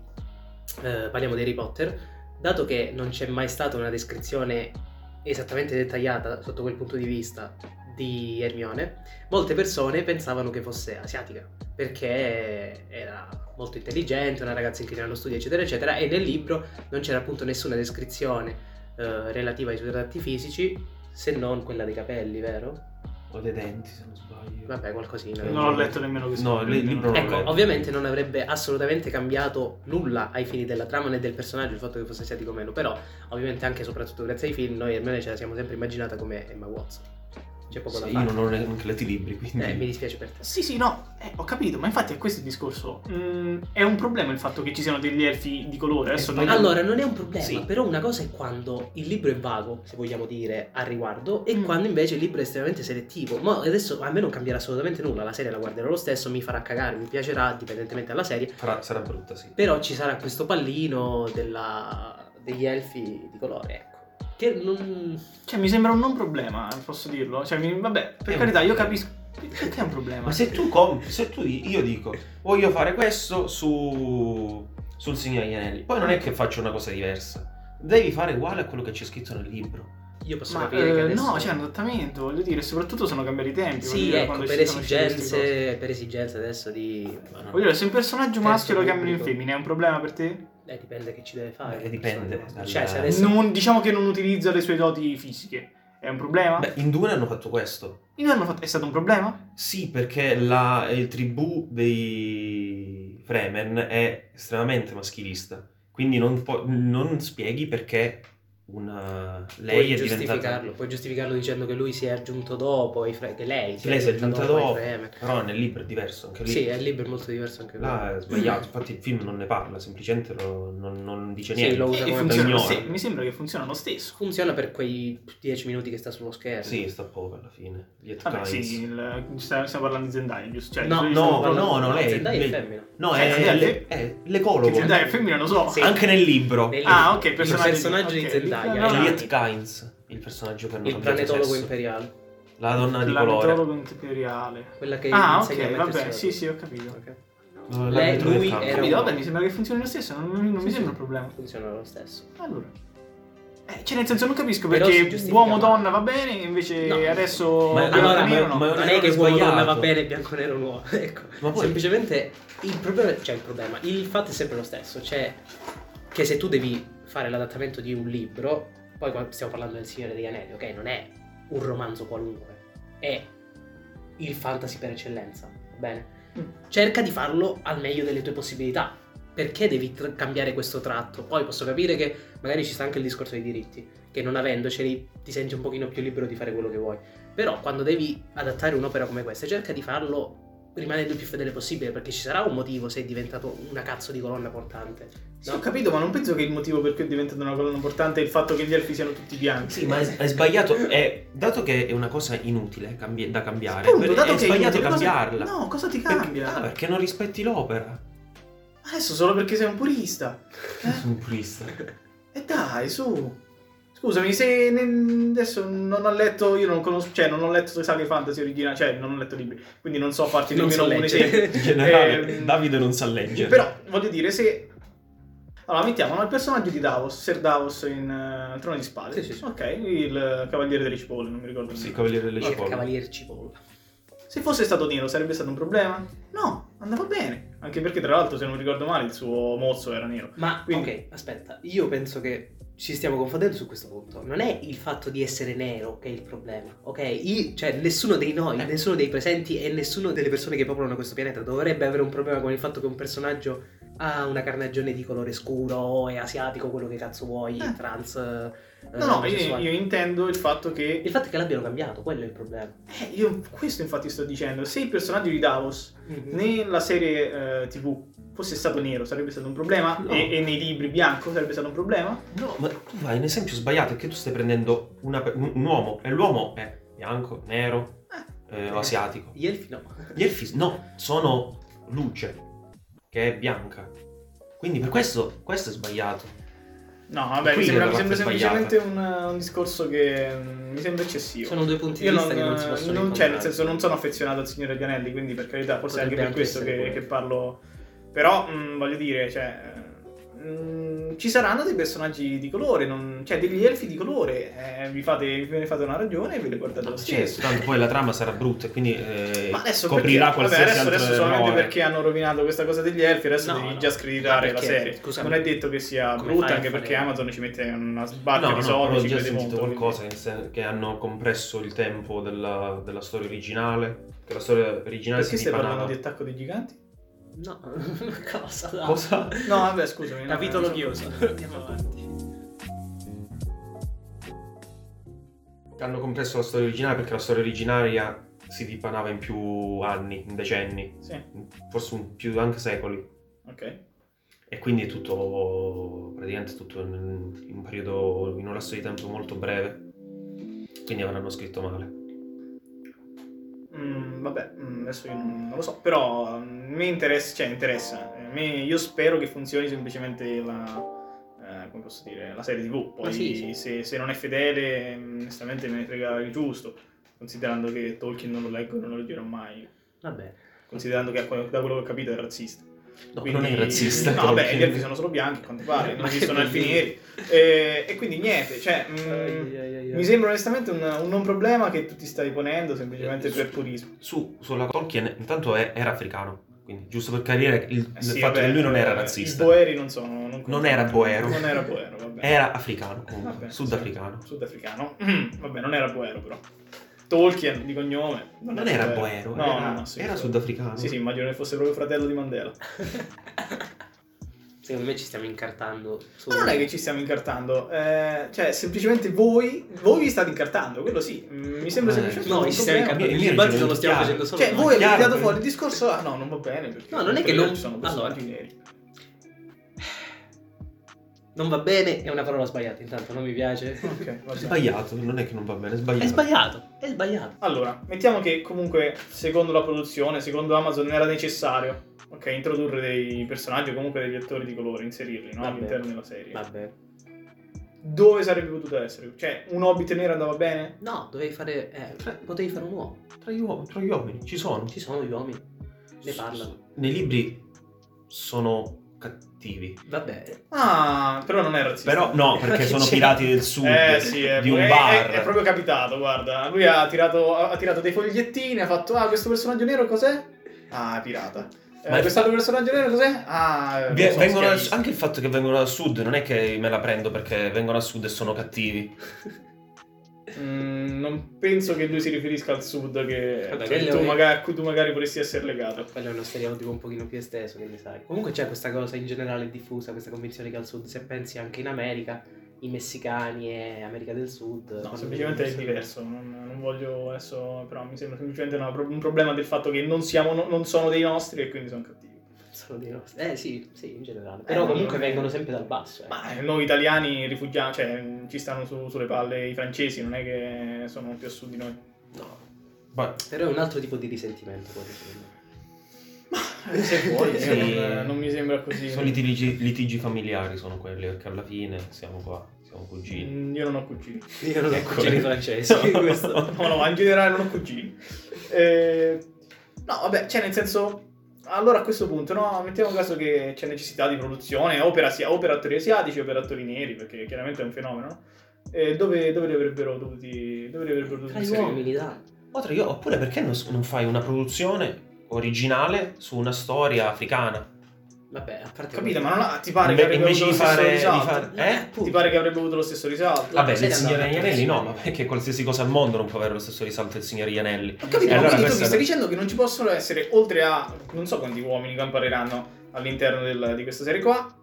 Speaker 1: eh, parliamo di Harry Potter, dato che non c'è mai stata una descrizione esattamente dettagliata sotto quel punto di vista di Hermione, molte persone pensavano che fosse asiatica, perché era molto intelligente, una ragazza inclinata allo studio, eccetera, eccetera, e nel libro non c'era appunto nessuna descrizione eh, relativa ai suoi tratti fisici, se non quella dei capelli, vero?
Speaker 3: O dei denti, se non sbaglio.
Speaker 1: Vabbè, qualcosina.
Speaker 2: Non l'ho letto nemmeno questo.
Speaker 3: No, il libro non l'ho
Speaker 1: Ecco,
Speaker 3: letto.
Speaker 1: ovviamente non avrebbe assolutamente cambiato nulla ai fini della trama né del personaggio il fatto che fosse asiatico o meno, però ovviamente anche e soprattutto grazie ai film noi almeno ce la siamo sempre immaginata come Emma Watson. C'è poco
Speaker 3: Sì,
Speaker 1: da
Speaker 3: io
Speaker 1: fare.
Speaker 3: non ho neanche letto i libri, quindi...
Speaker 1: Eh, mi dispiace per te.
Speaker 2: Sì, sì, no, eh, ho capito, ma infatti è questo il discorso. Mm, è un problema il fatto che ci siano degli elfi di colore. Adesso non-
Speaker 1: Eh, Allora, non è un problema,
Speaker 2: Sì.
Speaker 1: però una cosa è quando il libro è vago, se vogliamo dire, al riguardo, e
Speaker 2: Mm.
Speaker 1: quando invece il libro è estremamente selettivo. Ma adesso a me non cambierà assolutamente nulla, la serie la guarderò lo stesso, mi farà cagare, mi piacerà, dipendentemente dalla serie,
Speaker 3: Farà- sarà brutta, sì.
Speaker 1: però ci sarà questo pallino della- degli elfi di colore, ecco. Che non...
Speaker 2: Cioè, mi sembra un non problema, posso dirlo. Cioè, mi- vabbè, per
Speaker 3: È un
Speaker 2: carità, io
Speaker 3: problema.
Speaker 2: capisco. Perché è un problema?
Speaker 3: Ma se tu compi, se tu io dico voglio fare questo su sul Signore degli Anelli, poi non è che faccio una cosa diversa. Devi fare uguale a quello che c'è scritto nel libro.
Speaker 1: Io posso
Speaker 2: Ma,
Speaker 1: capire che
Speaker 2: eh,
Speaker 1: adesso...
Speaker 2: no, c'è un adattamento, voglio dire, soprattutto sono cambiati i tempi. voglio
Speaker 1: Sì,
Speaker 2: dire,
Speaker 1: ecco,
Speaker 2: quando
Speaker 1: per
Speaker 2: ci sono uscite queste cose.
Speaker 1: esigenze, per esigenze adesso di... ma no,
Speaker 2: Voglio dire, se un personaggio maschio lo
Speaker 1: Testo
Speaker 2: cambiano in
Speaker 1: pubblico.
Speaker 2: femmina è un problema per te?
Speaker 1: Eh, dipende che ci deve fare.
Speaker 3: Eh, dipende
Speaker 1: Cioè, se
Speaker 3: dalla-
Speaker 1: adesso...
Speaker 2: Non- diciamo che non utilizza le sue doti fisiche. È un problema?
Speaker 3: Beh, in Dune hanno fatto questo.
Speaker 2: Io non l'ho fatto- È stato un problema?
Speaker 3: Sì, perché la il tribù dei Fremen è estremamente maschilista, quindi non, può- non spieghi perché una
Speaker 1: puoi
Speaker 3: lei è diventata
Speaker 1: giustificarlo, puoi giustificarlo dicendo che lui si è aggiunto dopo, i fre- che lei
Speaker 3: Sì, lei si è aggiunta
Speaker 1: ai
Speaker 3: dopo,
Speaker 1: Fremen.
Speaker 3: però nel libro è diverso anche lì.
Speaker 1: Sì, è il libro è molto diverso anche lui.
Speaker 3: Là è sbagliato, infatti il film non ne parla, semplicemente lo- non, non dice
Speaker 1: Sì,
Speaker 3: niente.
Speaker 1: lo usa
Speaker 2: E
Speaker 1: come
Speaker 2: funziona lo
Speaker 3: ignora.
Speaker 2: stesso. Mi sembra che funziona lo stesso.
Speaker 1: Funziona per quei 10 minuti che sta sullo schermo.
Speaker 3: Eh, Sì, sta poco alla fine. Gli Ed
Speaker 2: Vabbè,
Speaker 3: Kynes.
Speaker 2: sì, il- stiamo stiamo parlando di Zendaya, giusto? Cioè,
Speaker 1: No,
Speaker 2: di-
Speaker 3: no,
Speaker 2: di-
Speaker 3: no, no, lei-
Speaker 1: Zendaya
Speaker 3: lei-
Speaker 1: è femmina.
Speaker 3: No,
Speaker 2: Eh,
Speaker 3: è,
Speaker 2: sì,
Speaker 3: è-
Speaker 2: sì.
Speaker 3: è
Speaker 2: Che
Speaker 3: l'ecologo.
Speaker 2: Zendaya è femmina, lo so.
Speaker 1: Sì.
Speaker 3: Anche nel libro.
Speaker 1: Nel-
Speaker 2: Ah, ok,
Speaker 1: il
Speaker 2: personaggio di-
Speaker 1: personaggio di
Speaker 2: ok,
Speaker 1: Zendaya.
Speaker 2: di-
Speaker 1: Ah,
Speaker 3: È
Speaker 1: no.
Speaker 3: Liet Kynes, il personaggio che hanno
Speaker 1: Il
Speaker 3: cambiato
Speaker 1: planetologo
Speaker 3: sesso.
Speaker 1: imperiale,
Speaker 3: La donna di
Speaker 2: La
Speaker 3: colore.
Speaker 2: meteorologo imperiale.
Speaker 1: quella che
Speaker 2: Ah,
Speaker 1: insegna
Speaker 2: ok,
Speaker 1: a mettersi
Speaker 2: vabbè,
Speaker 1: la
Speaker 2: sì,
Speaker 1: tuta.
Speaker 2: sì, ho capito.
Speaker 1: Ok.
Speaker 3: L'arbitro
Speaker 1: Lei-
Speaker 3: del
Speaker 1: lui
Speaker 3: campo.
Speaker 1: era
Speaker 2: Capito,
Speaker 1: un-
Speaker 2: vabbè, mi sembra che funzioni lo stesso, non, non mi sembra un problema.
Speaker 1: Funziona lo stesso.
Speaker 2: Allora. Eh, cioè, nel senso, non capisco
Speaker 1: Però si
Speaker 2: perché
Speaker 1: giustifica
Speaker 2: uomo-donna
Speaker 1: male.
Speaker 2: va bene, invece
Speaker 1: No.
Speaker 2: adesso
Speaker 3: Ma-
Speaker 2: bianco
Speaker 1: allora,
Speaker 2: nero
Speaker 3: ma-
Speaker 2: no.
Speaker 3: ma-
Speaker 1: Non
Speaker 3: non
Speaker 1: è
Speaker 3: era
Speaker 1: che uomo
Speaker 3: sbagliato.
Speaker 1: donna va bene, bianco nero no. Ecco.
Speaker 3: Ma poi-
Speaker 1: Semplicemente il problema, cioè il problema, il fatto è sempre lo stesso, cioè che se tu devi fare l'adattamento di un libro, poi qua stiamo parlando del Signore degli Anelli, ok? Non è un romanzo qualunque, è il fantasy per eccellenza, va bene?
Speaker 2: Mm.
Speaker 1: Cerca di farlo al meglio delle tue possibilità. Perché devi tr- cambiare questo tratto? Poi posso capire che magari ci sta anche il discorso dei diritti, che non avendoceli ti senti un pochino più libero di fare quello che vuoi. Però quando devi adattare un'opera come questa, cerca di farlo rimanendo il più fedele possibile, perché ci sarà un motivo se è diventato una cazzo di colonna portante.
Speaker 2: Sì,
Speaker 1: No.
Speaker 2: ho capito, ma non penso che il motivo per cui è diventata una colonna portante è il fatto che gli elfi siano tutti bianchi.
Speaker 3: Sì, ma è, è sbagliato. È, dato che è una cosa inutile cambi- da cambiare,
Speaker 2: Appunto,
Speaker 3: per-
Speaker 2: dato
Speaker 3: è
Speaker 2: che
Speaker 3: sbagliato
Speaker 2: inutile, cosa-
Speaker 3: cambiarla.
Speaker 2: No, cosa ti
Speaker 3: Perché-
Speaker 2: cambia?
Speaker 3: ah, perché non rispetti l'opera.
Speaker 2: Adesso solo perché sei un purista. Eh?
Speaker 3: Sono un purista.
Speaker 2: E dai, su. Scusami, se ne- adesso non ho letto, io non conosco, cioè non ho letto le saghe fantasy originali, cioè non ho letto libri, quindi non so farti
Speaker 1: Non
Speaker 2: nemmeno
Speaker 1: so
Speaker 2: un
Speaker 1: leggere.
Speaker 2: esempio.
Speaker 3: In generale,
Speaker 2: Ehm,
Speaker 3: Davide non sa leggere.
Speaker 2: Però voglio dire, se... Allora, mettiamo no, il personaggio di Davos, Ser Davos in eh, Trono di Spade.
Speaker 1: Sì, sì, sì.
Speaker 2: Ok, il eh, Cavaliere delle Cipolle, non mi ricordo. il
Speaker 3: Sì,
Speaker 2: nome.
Speaker 3: Cavaliere delle
Speaker 1: Il
Speaker 3: Cipolle.
Speaker 1: cavaliere cipolla.
Speaker 2: Se fosse stato nero sarebbe stato un problema? No, andava bene. Anche perché, tra l'altro, se non ricordo male, il suo mozzo era nero.
Speaker 1: Ma
Speaker 2: Quindi-
Speaker 1: ok, aspetta, io penso che ci stiamo confondendo su questo punto. Non è il fatto di essere nero che è il problema, ok? I- cioè, nessuno dei noi, nessuno dei presenti e nessuno delle persone che popolano questo pianeta dovrebbe avere un problema con il fatto che un personaggio ha una carnagione di colore scuro o è asiatico, quello che cazzo vuoi,
Speaker 2: Eh.
Speaker 1: trans. eh,
Speaker 2: No, no, io,
Speaker 1: omosessuale.
Speaker 2: io intendo il fatto che.
Speaker 1: Il fatto è che l'abbiano cambiato, quello è il problema.
Speaker 2: Eh, io questo infatti sto dicendo. Se il personaggio di Davos nella serie eh, TV fosse stato nero sarebbe stato un problema.
Speaker 3: No.
Speaker 2: E, e nei libri bianco sarebbe stato un problema.
Speaker 3: No, ma tu fai un esempio sbagliato, è che tu stai prendendo una pe- un un uomo e l'uomo è bianco, nero,
Speaker 2: Ah,
Speaker 3: eh, o asiatico.
Speaker 1: Gli elfi no.
Speaker 3: Gli elfi no, sono luce, che è bianca. Quindi per questo, questo è sbagliato.
Speaker 2: No, vabbè, mi
Speaker 3: Qui
Speaker 2: sembra,
Speaker 3: la
Speaker 2: mi sembra
Speaker 3: parte
Speaker 2: semplicemente un, un discorso che mm, mi sembra eccessivo.
Speaker 1: Sono due punti
Speaker 2: Io
Speaker 1: di
Speaker 2: non,
Speaker 1: vista che non si possono
Speaker 2: non- cioè, nel
Speaker 1: incontrare.
Speaker 2: senso, non sono affezionato al Signore degli Anelli, quindi per carità, forse è anche
Speaker 1: Potrebbe
Speaker 2: per
Speaker 1: anche
Speaker 2: questo
Speaker 1: essere
Speaker 2: che,
Speaker 1: quello.
Speaker 2: che parlo. Però, mh, voglio dire, cioè, mh, ci saranno dei personaggi di colore, non- cioè degli elfi di colore. eh, vi fate, ve ne fate una ragione e ve le guardate lo
Speaker 3: Cioè,
Speaker 1: Certo,
Speaker 2: stesso.
Speaker 3: tanto poi la trama sarà brutta e quindi eh,
Speaker 2: Ma adesso
Speaker 3: coprirà
Speaker 2: perché, vabbè,
Speaker 3: qualsiasi
Speaker 2: adesso,
Speaker 3: altro
Speaker 2: adesso solamente
Speaker 3: errore.
Speaker 2: perché hanno rovinato questa cosa degli elfi, adesso
Speaker 1: No,
Speaker 2: devi
Speaker 1: no.
Speaker 2: già screditare
Speaker 1: Ma
Speaker 2: la
Speaker 1: perché?
Speaker 2: serie.
Speaker 1: Scusami.
Speaker 2: non è detto che sia
Speaker 1: Come fai
Speaker 2: brutta,
Speaker 1: a
Speaker 2: anche
Speaker 1: fare-
Speaker 2: perché Amazon ci mette una
Speaker 3: No,
Speaker 2: sbarca
Speaker 3: no,
Speaker 2: di
Speaker 3: no,
Speaker 2: soldi,
Speaker 3: ho
Speaker 2: ci
Speaker 3: già
Speaker 2: crede
Speaker 3: sentito
Speaker 2: molto, quindi-
Speaker 3: qualcosa nel sen- che hanno compresso il tempo della, della storia originale, che la storia originale
Speaker 2: Perché
Speaker 3: si
Speaker 2: stai parlando
Speaker 3: dipanava.
Speaker 2: di attacco dei giganti?
Speaker 1: No, cosa? dai.
Speaker 3: Cosa?
Speaker 2: No, vabbè, scusami. no,
Speaker 1: Capitolo
Speaker 2: non so-
Speaker 1: chiuso. Andiamo avanti.
Speaker 3: hanno compresso la storia originale perché la storia originaria si dipanava in più anni, in decenni,
Speaker 2: Sì,
Speaker 3: forse in più anche secoli.
Speaker 2: ok.
Speaker 3: E quindi è tutto, praticamente tutto in, in un periodo, in un lasso di tempo molto breve. Quindi avranno scritto male.
Speaker 2: Mm, vabbè, mm, adesso io non, non lo so, però mm, mi interessa, cioè interessa. Eh, mi- io spero che funzioni semplicemente la, eh, come posso dire, la serie TV. Poi
Speaker 1: Ma sì, sì.
Speaker 2: Se, se non è fedele, mm, onestamente me ne frega il giusto, considerando che Tolkien non lo leggo e non lo leggerò mai,
Speaker 1: Va bene.
Speaker 2: considerando che ecco, da quello che ho capito è razzista.
Speaker 3: No,
Speaker 2: Quindi-
Speaker 3: non è razzista.
Speaker 2: No, vabbè, gli elfi sono solo bianchi, a quanto pare, non ci sono elfi neri. Eh, e quindi niente, cioè... mm,
Speaker 1: Ah,
Speaker 2: mi sembra onestamente un, un non problema che tu ti stai ponendo semplicemente
Speaker 3: Eh,
Speaker 2: per
Speaker 3: su-
Speaker 2: purismo.
Speaker 3: Su, sulla Tolkien, intanto è- era africano. Quindi, giusto per carire, il,
Speaker 2: Eh
Speaker 3: il
Speaker 2: sì,
Speaker 3: fatto
Speaker 2: vabbè,
Speaker 3: che lui non era
Speaker 2: eh,
Speaker 3: razzista.
Speaker 2: I boeri non sono. Non, contano.
Speaker 3: era boero.
Speaker 2: Non era boero, vabbè.
Speaker 3: Era africano, comunque,
Speaker 2: Vabbè, sì.
Speaker 3: sudafricano.
Speaker 2: Sudafricano. vabbè, non era boero, però. Tolkien di cognome.
Speaker 3: Non era boero,
Speaker 2: No,
Speaker 3: era,
Speaker 2: no, no, sì,
Speaker 3: era
Speaker 2: sì.
Speaker 3: sudafricano.
Speaker 2: Sì, sì, immagino che fosse proprio fratello di Mandela.
Speaker 1: Secondo me ci stiamo incartando. su-
Speaker 2: Ma non è che ci stiamo incartando. eh, cioè, semplicemente voi. Voi vi state incartando, quello sì. Mm, Mi sembra
Speaker 3: Eh,
Speaker 2: semplicemente.
Speaker 1: No,
Speaker 2: un
Speaker 1: ci stiamo
Speaker 2: problema.
Speaker 1: incartando.
Speaker 3: Il
Speaker 1: Il
Speaker 3: mio
Speaker 1: dibattito
Speaker 3: ragionamento
Speaker 1: lo stiamo
Speaker 3: chiaro.
Speaker 1: facendo solo.
Speaker 2: Cioè,
Speaker 1: noi.
Speaker 2: voi avete
Speaker 3: chiaro,
Speaker 2: tirato
Speaker 3: per-
Speaker 2: fuori il discorso. Ah, no, non va bene. Perché
Speaker 1: No, non è che
Speaker 2: perché
Speaker 1: non-
Speaker 2: Ci sono
Speaker 1: allora.
Speaker 2: personaggi neri.
Speaker 1: Non va bene, è una parola sbagliata. Intanto non mi piace.
Speaker 2: Ok, va bene.
Speaker 3: Sbagliato, non è che non va bene, è sbagliato.
Speaker 1: È sbagliato, è sbagliato.
Speaker 2: Allora, mettiamo che comunque secondo la produzione, secondo Amazon era necessario, ok, introdurre dei personaggi o comunque degli attori di colore, inserirli no,
Speaker 1: Vabbè.
Speaker 2: all'interno della serie.
Speaker 1: Vabbè.
Speaker 2: Dove sarebbe potuto essere? Cioè, un hobbit nero andava bene?
Speaker 1: No, dovevi fare. eh, fra- potevi fare un uomo.
Speaker 3: Tra gli, uom- tra gli uomini ci sono.
Speaker 1: Ci sono gli uomini. Ne parlano.
Speaker 3: Nei libri sono cattivi.
Speaker 1: Vabbè.
Speaker 2: Ah, però non è razzista.
Speaker 3: Però no, perché
Speaker 1: Perché
Speaker 3: sono
Speaker 1: c'è-
Speaker 3: pirati del sud,
Speaker 2: Eh sì, è,
Speaker 3: di un
Speaker 2: è-
Speaker 3: bar.
Speaker 2: è- è proprio capitato, guarda. Lui ha tirato, ha tirato dei fogliettini, ha fatto, ah, questo personaggio nero cos'è? Ah, pirata. Eh,
Speaker 3: Ma è-
Speaker 2: quest'altro personaggio nero cos'è? Ah, non
Speaker 3: Vi-
Speaker 2: so,
Speaker 3: vengono dal-
Speaker 2: schiavista.
Speaker 3: anche il fatto che vengono dal sud non è che me la prendo perché vengono dal sud e sono cattivi.
Speaker 2: Mm, non penso che lui si riferisca al sud, che
Speaker 1: Vabbè,
Speaker 2: che
Speaker 1: quello
Speaker 2: tu,
Speaker 1: è-
Speaker 2: magari, a cui tu magari vorresti essere legato.
Speaker 1: Quello è uno stereotipo un pochino più esteso, che ne sai. Comunque c'è questa cosa in generale diffusa, questa convinzione che al sud, se pensi anche in America, i messicani e America del Sud.
Speaker 2: No,
Speaker 1: fanno
Speaker 2: semplicemente è
Speaker 1: delle cose-
Speaker 2: diverso. Non, non voglio adesso. Però mi sembra semplicemente una pro- un problema del fatto che non, siamo, no- non sono dei nostri e quindi sono cattivi.
Speaker 1: Sono dei nostri. Eh sì, sì, in generale. Però
Speaker 2: Eh,
Speaker 1: comunque
Speaker 2: non-
Speaker 1: vengono sempre dal basso. eh.
Speaker 2: Ma eh, noi italiani rifugiamo, cioè mm, ci stanno su- sulle palle i francesi, non è che sono più a sud di noi.
Speaker 3: No. Ma
Speaker 1: Però è un altro tipo di risentimento quello secondo me.
Speaker 2: Eh, Se vuoi,
Speaker 3: Sì.
Speaker 2: eh, non, non mi sembra così.
Speaker 3: sono litigi, litigi familiari sono quelli, perché alla fine siamo qua, siamo cugini.
Speaker 2: Mm, Io non ho cugini.
Speaker 1: Io non ho
Speaker 3: Ecco.
Speaker 1: cugini francesi, questo.
Speaker 2: No, no, in generale non ho cugini. Eh, no, vabbè, cioè nel senso... Allora a questo punto, no, mettiamo caso che c'è necessità di produzione, opera, sia, opera attori asiatici, opera attori neri, perché chiaramente è un fenomeno. no? Eh, dove, dove li avrebbero dovuti... Dove li avrebbero dovuti
Speaker 1: Tra gli
Speaker 2: inserire?
Speaker 1: uomini, dai.
Speaker 3: Oppure, io- oppure perché non, s- non fai una produzione originale su una storia africana?
Speaker 1: Vabbè, a parte...
Speaker 2: Capito, ma non ha- ti pare
Speaker 3: Inve-
Speaker 2: che avrebbe avuto
Speaker 3: invece
Speaker 2: lo
Speaker 3: di
Speaker 2: stesso
Speaker 3: fare, di
Speaker 2: risalto?
Speaker 3: fare-
Speaker 1: Eh,
Speaker 3: Eh?
Speaker 1: appunto.
Speaker 2: Ti pare che avrebbe avuto lo stesso risalto?
Speaker 1: Ah,
Speaker 3: Vabbè,
Speaker 1: sei
Speaker 3: del
Speaker 1: andato
Speaker 3: signore
Speaker 1: a
Speaker 3: Ianelli no, ma
Speaker 1: pensare.
Speaker 3: perché qualsiasi cosa al mondo non può avere lo stesso risalto del signore Ianelli.
Speaker 2: Ho capito,
Speaker 3: E
Speaker 2: ma
Speaker 3: Eh, allora
Speaker 2: quindi tu mi
Speaker 3: questa-
Speaker 2: stai dicendo che non ci possono essere, oltre a non so quanti uomini che impareranno all'interno del- di questa serie qua,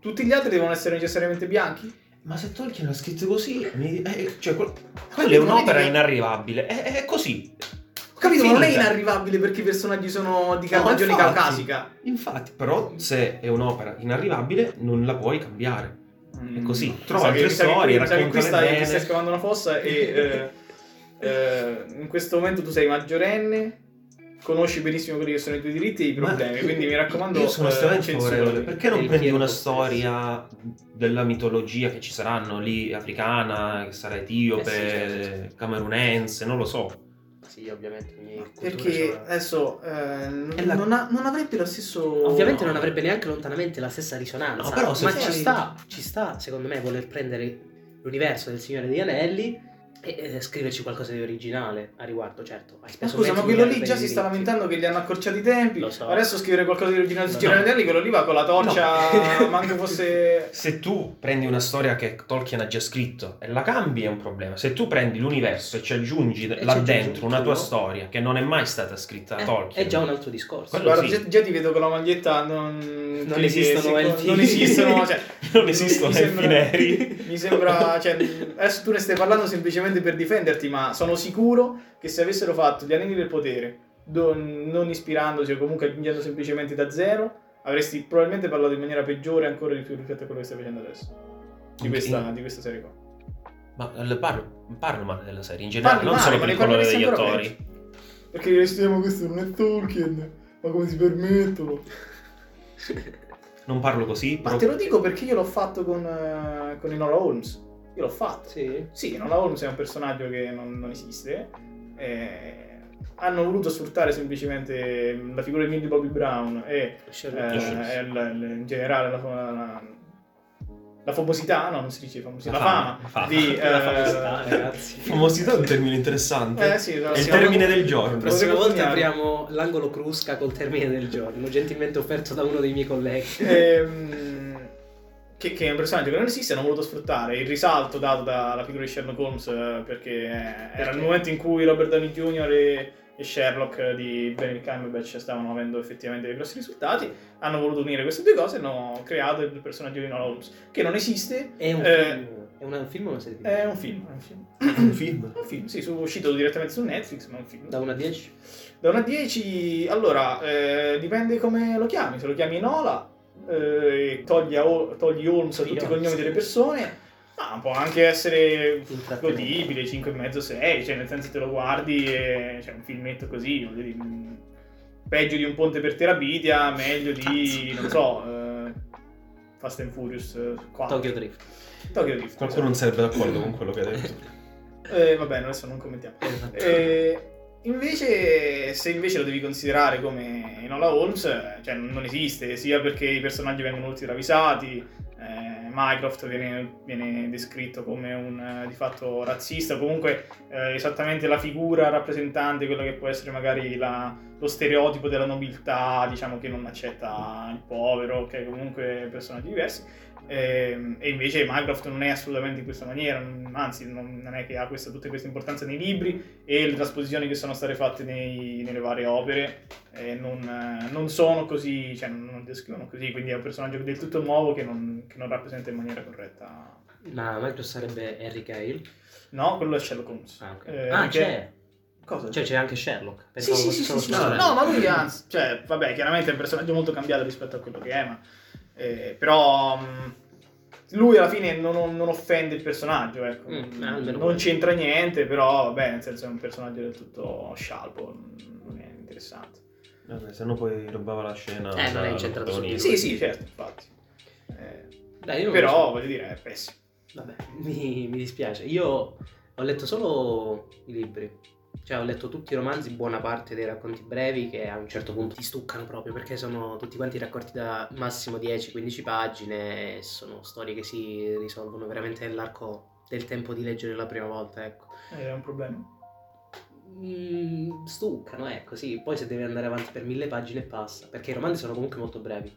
Speaker 2: tutti gli altri devono essere necessariamente bianchi?
Speaker 3: Ma se Tolkien l'ha scritto così, mi- eh, cioè, quel- quella è un'opera inarrivabile, è, è- è così.
Speaker 2: Ho capito, ma non è
Speaker 3: Finita.
Speaker 2: inarrivabile perché i personaggi sono di
Speaker 3: No,
Speaker 2: carnagione
Speaker 3: infatti.
Speaker 2: caucasica.
Speaker 3: Infatti, però, se è un'opera inarrivabile, non la puoi cambiare. È così.
Speaker 2: Mm, mi
Speaker 3: Trova
Speaker 2: sa che-
Speaker 3: altre
Speaker 2: mi sa che-
Speaker 3: storie,
Speaker 2: mi sa che qui
Speaker 3: raccontale
Speaker 2: stai,
Speaker 3: bene.
Speaker 2: ti stai scavando una fossa e eh, eh, in questo momento tu sei maggiorenne. Conosci benissimo quelli che sono i tuoi diritti e i problemi,
Speaker 3: Ma-
Speaker 2: quindi mi raccomando,
Speaker 3: Io sono
Speaker 2: eh,
Speaker 3: estremamente
Speaker 2: censurali.
Speaker 3: favorevole. Perché
Speaker 1: Del
Speaker 3: non prendi
Speaker 1: pieno
Speaker 3: una
Speaker 1: possesso.
Speaker 3: storia della mitologia che ci saranno lì, africana, che sarà etiope,
Speaker 1: Eh sì, certo, certo.
Speaker 3: camerunense, non lo so.
Speaker 1: Sì, ovviamente. ogni cultura
Speaker 2: Eh, Perché
Speaker 1: c'ha-
Speaker 2: adesso eh, n-
Speaker 3: È la-
Speaker 2: non, ha- non avrebbe lo stesso.
Speaker 1: Ovviamente
Speaker 3: no.
Speaker 1: non avrebbe neanche lontanamente la stessa risonanza.
Speaker 3: No, però se
Speaker 1: ma
Speaker 3: fai-
Speaker 1: ci sta, ci sta, secondo me, voler prendere l'universo del Signore degli Anelli e, e scriverci qualcosa di originale a riguardo, certo. Hai
Speaker 2: Ma
Speaker 1: speso
Speaker 2: Eh, scusa, ma
Speaker 1: mezzo
Speaker 2: quello lì
Speaker 1: miliardo di
Speaker 2: già si sta
Speaker 1: diritti.
Speaker 2: lamentando che gli hanno accorciato i tempi.
Speaker 1: Lo so.
Speaker 2: Adesso scrivere qualcosa di originale su
Speaker 1: No.
Speaker 2: Giro Anelli, quello lì va con la torcia,
Speaker 1: No.
Speaker 2: manco fosse.
Speaker 3: Se tu prendi una storia che Tolkien ha già scritto e la cambi è un problema. Se tu prendi l'universo e ci aggiungi
Speaker 1: ci
Speaker 3: là
Speaker 1: aggiungi
Speaker 3: dentro una tua
Speaker 1: tutto.
Speaker 3: storia che non è mai stata scritta da
Speaker 1: Eh,
Speaker 3: Tolkien.
Speaker 1: È già un altro discorso.
Speaker 3: Quello-
Speaker 2: Guarda,
Speaker 3: sì.
Speaker 2: già, già ti vedo con la maglietta. Non,
Speaker 1: Non
Speaker 2: che- che
Speaker 1: esistono
Speaker 2: si-
Speaker 1: elfi.
Speaker 2: Non esistono. Cioè,
Speaker 3: Non esistono
Speaker 2: mi
Speaker 3: elfi
Speaker 2: sembra-
Speaker 3: neri.
Speaker 2: Mi sembra. Cioè, adesso cioè, tu ne stai parlando semplicemente semplicemente per difenderti, ma sono sicuro che se avessero fatto gli anelli del potere, do- non ispirandosi o comunque iniziando semplicemente da zero, avresti probabilmente parlato in maniera peggiore ancora di più rispetto a quello che stai facendo adesso. Di
Speaker 3: Ok.
Speaker 2: questa, di questa serie qua.
Speaker 3: Ma eh, parlo, parlo male della serie in generale,
Speaker 2: Parli
Speaker 3: Esatto,
Speaker 2: male, ma
Speaker 3: non solo per
Speaker 2: ne
Speaker 3: il colore
Speaker 2: parleresti
Speaker 3: degli
Speaker 2: ancora
Speaker 3: attori.
Speaker 2: Perché restiamo questo non è Tolkien, ma come si permettono?
Speaker 3: Non parlo così, boh,
Speaker 2: Ma
Speaker 3: però
Speaker 2: te lo dico perché io l'ho fatto con, eh, con Enola Holmes. Io l'ho fatto.
Speaker 1: Sì.
Speaker 2: Sì, Enola Holmes è un personaggio che non, non esiste. eh, hanno voluto sfruttare semplicemente mm, la figura di Millie Bobby Brown e eh,
Speaker 3: Sherlock.
Speaker 2: e la- la- in generale la, fa- la- la famosità, no, non si dice famosità,
Speaker 3: La
Speaker 2: la,
Speaker 3: fama,
Speaker 2: fama,
Speaker 3: la fama.
Speaker 2: di...
Speaker 1: La
Speaker 2: eh,
Speaker 1: famosità, ragazzi.
Speaker 3: Famosità è un termine interessante.
Speaker 2: eh, sì,
Speaker 3: è il termine del giorno.
Speaker 1: La prossima
Speaker 2: Potrei
Speaker 1: volta
Speaker 2: continuare.
Speaker 1: apriamo l'angolo crusca col termine del giorno, gentilmente offerto da uno dei miei colleghi.
Speaker 2: Ehm, che, che è un personaggio che non esiste, hanno voluto sfruttare il risalto dato dalla figura di Sherlock Holmes eh, perché, eh, era
Speaker 1: Perché?
Speaker 2: il momento in cui Robert Downey Jr. e, e Sherlock eh, di Benedict Cumberbatch stavano avendo effettivamente dei grossi risultati, hanno voluto unire queste due cose e hanno creato il personaggio di Nolan Holmes, che non esiste,
Speaker 1: È un
Speaker 2: Eh,
Speaker 1: film. È un film o una serie? TV?
Speaker 2: è un film, è un film.
Speaker 3: Un film.
Speaker 2: Un film, sì, su- uscito direttamente su Netflix, ma è un film.
Speaker 1: Da 1 a 10?
Speaker 2: Da 1 a 10, allora, eh, dipende come lo chiami. Se lo chiami Nola, eh, togli, a Hol- togli Holmes a
Speaker 1: Togli
Speaker 2: tutti i
Speaker 1: Holmes.
Speaker 2: cognomi delle persone, ma può anche essere
Speaker 1: Intrattenimento.
Speaker 2: godibile, 5,5, 6, cioè nel senso te lo guardi e c'è un filmetto così, voglio dire, mh, peggio di un ponte per Terabitia, meglio di, non so, eh, Fast and Furious 4.
Speaker 1: Tokyo Drift.
Speaker 2: Tokyo Drift.
Speaker 3: Qualcuno non sarebbe d'accordo con quello che ha detto.
Speaker 2: Eh, va bene, adesso non commentiamo.
Speaker 1: Esatto.
Speaker 2: Eh, invece, se invece lo devi considerare come Enola Holmes, eh, cioè non esiste, sia perché i personaggi vengono tutti travisati, eh, Mycroft viene, viene descritto come un eh, di fatto razzista, comunque eh, esattamente la figura rappresentante, quella che può essere magari la- lo stereotipo della nobiltà, diciamo che non accetta il povero, che comunque personaggi diversi. Ehm, E invece Mycroft non è assolutamente in questa maniera, non- anzi non non è che ha questa- tutte queste importanze nei libri, e le trasposizioni che sono state fatte nei- nelle varie opere eh, non, eh, non sono così, cioè non, non descrivono così, quindi è un personaggio del tutto nuovo che non, che non rappresenta in maniera corretta.
Speaker 1: Ma Michael sarebbe Henry Cavill?
Speaker 2: No, quello è Sherlock Holmes.
Speaker 1: Ah, ok.
Speaker 2: Eh,
Speaker 1: ah
Speaker 2: perché-
Speaker 1: c'è.
Speaker 2: Cosa?
Speaker 1: Cioè, c'è anche Sherlock.
Speaker 2: sì,
Speaker 1: Pensavo
Speaker 2: sì,
Speaker 1: fosse
Speaker 2: sì, sì,
Speaker 1: solo
Speaker 2: sì,
Speaker 1: Sherlock.
Speaker 2: no, no, ma lui anzi, cioè, vabbè, chiaramente è un personaggio molto cambiato rispetto a quello che è, ma eh, però mh, lui alla fine non, non offende il personaggio, ecco.
Speaker 1: Mm, almeno
Speaker 2: non
Speaker 1: quello.
Speaker 2: c'entra niente, però vabbè, nel senso è un personaggio del tutto scialbo, non è interessante.
Speaker 3: Vabbè, se no poi rubava la scena.
Speaker 1: Eh, non è
Speaker 3: al
Speaker 1: incentrato su di
Speaker 3: protagonista.
Speaker 2: Sì, sì, certo, infatti. Eh,
Speaker 1: Dai, io non lo so.
Speaker 2: però voglio dire, è pessimo.
Speaker 1: Vabbè, mi, mi dispiace. Io ho letto solo i libri. Cioè, ho letto tutti i romanzi, buona parte dei racconti brevi che a un certo punto ti stuccano proprio perché sono tutti quanti raccolti da massimo 10-15 pagine. e Sono storie che si risolvono veramente nell'arco del tempo di leggere la prima volta, ecco.
Speaker 2: È un problema.
Speaker 1: Mm, stuccano, ecco, sì. Poi se devi andare avanti per mille pagine passa, perché i romanzi sono comunque molto brevi.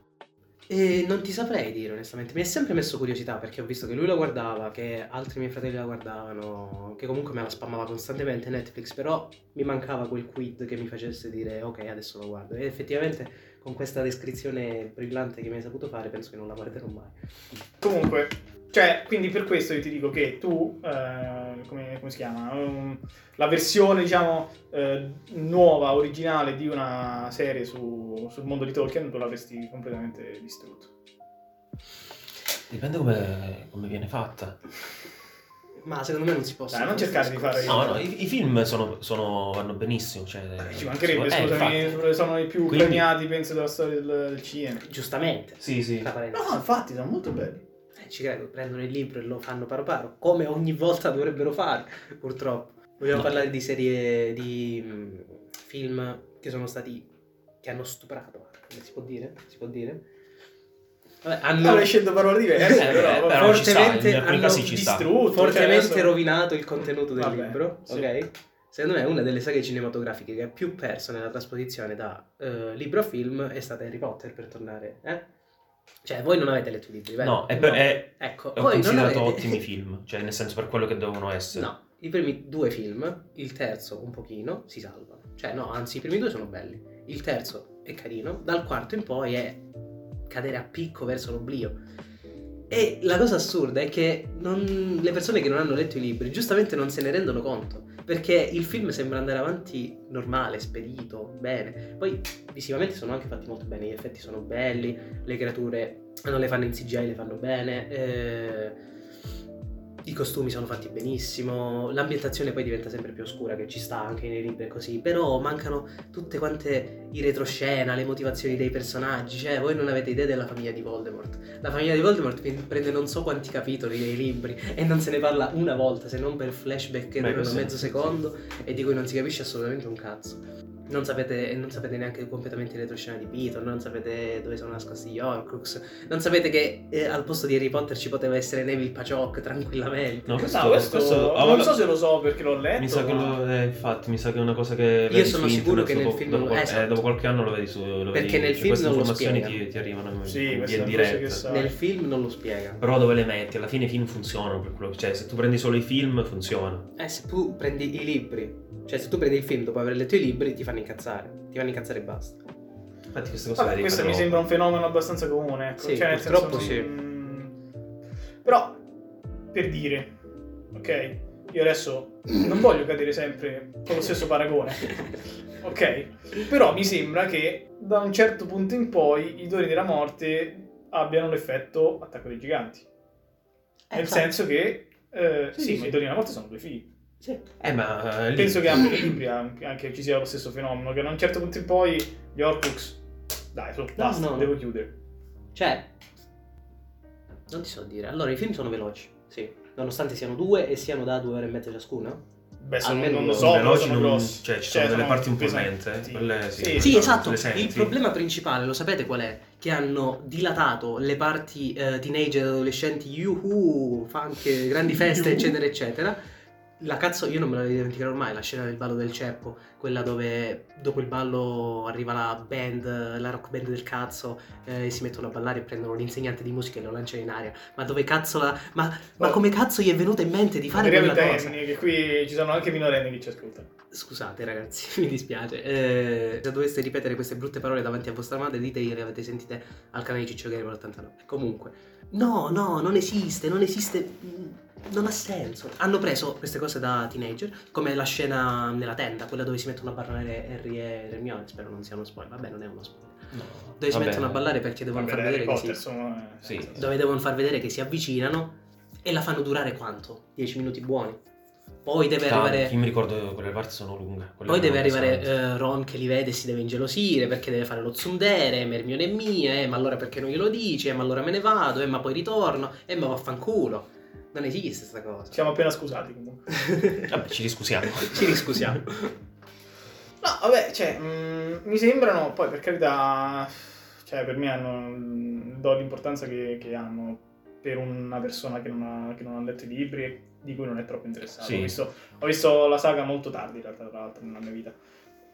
Speaker 1: E non ti saprei dire, onestamente. Mi è sempre messo curiosità, perché ho visto che lui la guardava, che altri miei fratelli la guardavano, che comunque me la spammava costantemente Netflix, però mi mancava quel quid che mi facesse dire ok, adesso lo guardo. E effettivamente con questa descrizione brillante che mi hai saputo fare, penso che non la guarderò mai.
Speaker 2: Comunque, cioè, quindi per questo io ti dico che tu, eh, come, come si chiama, Um, la versione, diciamo, eh, nuova, originale di una serie su- sul mondo di Tolkien, tu l'avresti completamente distrutto.
Speaker 3: Dipende come, come viene fatta.
Speaker 1: Ma secondo me non si può...
Speaker 2: Dai, non cercare di fare-
Speaker 3: No, no, i, i film sono, sono- vanno benissimo. Cioè,
Speaker 2: Ci mancherebbe,
Speaker 3: eh,
Speaker 2: scusami,
Speaker 3: infatti.
Speaker 2: sono i più
Speaker 3: Quindi-
Speaker 2: premiati, penso, della storia del, del cinema.
Speaker 1: Giustamente.
Speaker 3: Sì, sì.
Speaker 2: Eh,
Speaker 1: tra parentesi.
Speaker 2: No, infatti, sono molto belli.
Speaker 1: Eh, ci credo, prendono il libro e lo fanno paro paro, come ogni volta dovrebbero fare, purtroppo. Vogliamo
Speaker 3: No.
Speaker 1: parlare di serie di mm, film che sono stati che hanno stuprato, come si può dire? Si può dire? Vabbè, hanno
Speaker 2: Avrei scelto parole diverse,
Speaker 3: Eh,
Speaker 2: però...
Speaker 3: però ci sta,
Speaker 1: fortemente
Speaker 3: in alcuni
Speaker 1: hanno
Speaker 3: casi ci sta.
Speaker 2: distrutto, cioè,
Speaker 1: fortemente
Speaker 2: adesso-
Speaker 1: rovinato il contenuto del
Speaker 2: Vabbè,
Speaker 1: libro,
Speaker 2: sì.
Speaker 1: ok? Secondo me una delle saghe cinematografiche che ha più perso nella trasposizione da eh, libro a film è stata Harry Potter, per tornare, eh? Cioè, voi non avete letto i libri, vero?
Speaker 3: No, è, per- è-
Speaker 1: Ecco,
Speaker 3: è
Speaker 1: voi non
Speaker 3: considerato
Speaker 1: avete...
Speaker 3: ottimi film. Cioè, nel senso, per quello che devono essere.
Speaker 1: No, i primi due film, il terzo un pochino, si salva. Cioè, no, anzi, i primi due sono belli. Il terzo è carino, dal quarto in poi è cadere a picco verso l'oblio. E la cosa assurda è che non- le persone che non hanno letto i libri giustamente non se ne rendono conto, perché il film sembra andare avanti normale, spedito, bene. Poi visivamente sono anche fatti molto bene, gli effetti sono belli, le creature non le fanno in CGI, le fanno bene, eh, i costumi sono fatti benissimo, l'ambientazione poi diventa sempre più oscura, che ci sta anche nei libri e così, però mancano tutte quante i retroscena, le motivazioni dei personaggi, cioè voi non avete idea della famiglia di Voldemort. La famiglia di Voldemort pre- prende non so quanti capitoli dei libri e non se ne parla una volta, se non per flashback che
Speaker 3: Beh,
Speaker 1: durano
Speaker 3: questo-
Speaker 1: mezzo secondo e di cui non si capisce assolutamente un cazzo. Non sapete, e non sapete neanche completamente il retroscena di Peter, non sapete dove sono nascosti gli Horcrux, non sapete che eh, al posto di Harry Potter ci poteva essere Neville Pachok tranquillamente.
Speaker 3: No, questo,
Speaker 2: No, questo,
Speaker 3: questo- ah,
Speaker 2: non
Speaker 3: lo-
Speaker 2: so se lo so perché l'ho letto.
Speaker 3: Mi sa che
Speaker 2: ma-
Speaker 3: lo, eh, infatti, mi sa che è una cosa che. vedi
Speaker 1: sono
Speaker 3: su
Speaker 1: sicuro
Speaker 3: internet
Speaker 1: che nel
Speaker 3: dopo-
Speaker 1: film
Speaker 3: dopo,
Speaker 1: lo-
Speaker 3: qual- eh,
Speaker 1: esatto.
Speaker 3: dopo qualche anno lo vedi su. Lo
Speaker 1: Perché
Speaker 3: vedi,
Speaker 1: nel
Speaker 3: cioè,
Speaker 1: film
Speaker 3: queste
Speaker 1: non lo
Speaker 3: informazioni
Speaker 1: spiega.
Speaker 3: ti, ti arrivano in,
Speaker 2: Sì,
Speaker 3: in,
Speaker 2: questa è
Speaker 3: in
Speaker 2: una cosa che
Speaker 3: diretta.
Speaker 2: sa.
Speaker 1: Nel film non lo spiega.
Speaker 3: Però dove le metti? Alla fine i film funzionano. per quello- Cioè, se tu prendi solo i film, funziona.
Speaker 1: Eh, se tu prendi i libri, cioè se tu prendi il film dopo aver letto i libri ti fanno incazzare, ti fanno incazzare e basta.
Speaker 3: Infatti, queste cose
Speaker 2: Vabbè,
Speaker 3: le
Speaker 2: questo mi
Speaker 3: riparlerò.
Speaker 2: sembra un fenomeno abbastanza comune. Ecco.
Speaker 1: Sì,
Speaker 2: cioè, nel
Speaker 1: purtroppo
Speaker 2: senso,
Speaker 1: sì.
Speaker 2: mm, Però, per dire, ok, io adesso non voglio cadere sempre con lo stesso paragone, ok? Però mi sembra che da un certo punto in poi i Dori della Morte abbiano l'effetto attacco dei giganti. Nel senso che, eh,
Speaker 1: esatto. Sì,
Speaker 2: sì,
Speaker 1: sì.
Speaker 2: ma i Dori della Morte sono due figli.
Speaker 1: Sì.
Speaker 3: Eh, ma. eh, lì-
Speaker 2: Penso che anche nei libri anche, anche ci sia lo stesso fenomeno, che a un certo punto in poi gli Orcux... Dai, su, basta,
Speaker 1: no.
Speaker 2: devo chiudere.
Speaker 1: Cioè, non ti so dire. Allora, i film sono veloci, sì. Nonostante siano due e siano da due ore e mezza ciascuno.
Speaker 2: Beh, sono,
Speaker 1: Almeno
Speaker 2: non lo
Speaker 1: due.
Speaker 2: so, però
Speaker 3: veloci
Speaker 2: sono
Speaker 3: non-
Speaker 2: grossi.
Speaker 3: cioè, ci sono delle parti un po' lente, quelle sì.
Speaker 2: sì.
Speaker 3: Eh,
Speaker 1: Sì,
Speaker 3: no,
Speaker 1: esatto.
Speaker 3: le senti?
Speaker 1: Il problema principale, lo sapete qual è? Che hanno dilatato le parti eh, teenager, adolescenti, yuhu, anche grandi feste,
Speaker 2: Yuhu.
Speaker 1: eccetera, eccetera. La cazzo, io non me la dimenticherò ormai, la scena del ballo del ceppo, quella dove dopo il ballo arriva la band, la rock band del cazzo, eh, e si mettono a ballare e prendono l'insegnante di musica e lo lanciano in aria. Ma dove cazzo la... Ma, ma
Speaker 2: Oh.
Speaker 1: come cazzo gli è venuta in mente di fare
Speaker 2: Speriamo
Speaker 1: quella
Speaker 2: i
Speaker 1: cosa?
Speaker 2: termini, che qui ci sono anche minorenni che ci ascoltano.
Speaker 1: Scusate ragazzi, mi dispiace. Eh, se doveste ripetere queste brutte parole davanti a vostra madre, diteli che le avete sentite al canale di Ciccio Gamer 89. Comunque, no, no, non esiste, non esiste. mm, Non ha senso. Hanno preso queste cose da teenager, come la scena nella tenda, quella dove si mettono a ballare Harry e Hermione. Spero non sia uno spoiler. Vabbè, non è uno spoiler.
Speaker 3: No.
Speaker 1: Dove si
Speaker 3: Vabbè.
Speaker 1: mettono a ballare perché devono
Speaker 2: Vabbè,
Speaker 1: far
Speaker 2: Harry
Speaker 1: vedere che
Speaker 2: Potter,
Speaker 1: si,
Speaker 2: insomma... eh,
Speaker 3: Sì.
Speaker 2: nel senso.
Speaker 1: dove devono far vedere che si avvicinano e la fanno durare quanto? 10 minuti buoni. Poi deve
Speaker 3: Tanti,
Speaker 1: arrivare.
Speaker 3: Io mi ricordo quelle parti sono lunghe. quelle
Speaker 1: Poi deve
Speaker 3: erano
Speaker 1: arrivare
Speaker 3: pesanti.
Speaker 1: eh, Ron che li vede e si deve ingelosire perché deve fare lo tsundere, eh, ma Hermione è mia, eh, ma allora perché non glielo dici, eh, ma allora me ne vado, eh, ma poi ritorno, eh, ma vaffanculo. Non esiste sta cosa.
Speaker 2: Siamo appena scusati comunque.
Speaker 1: eh,
Speaker 3: Vabbè, ci discusiamo.
Speaker 1: Ci riscusiamo.
Speaker 2: No, vabbè, cioè, mm, mi sembrano, poi per carità, cioè per me hanno, mm, do l'importanza che, che hanno per una persona che non, ha, che non ha letto i libri e di cui non è troppo interessato.
Speaker 3: Sì.
Speaker 2: Ho, visto, ho visto la saga molto tardi, in realtà, tra l'altro, nella mia vita.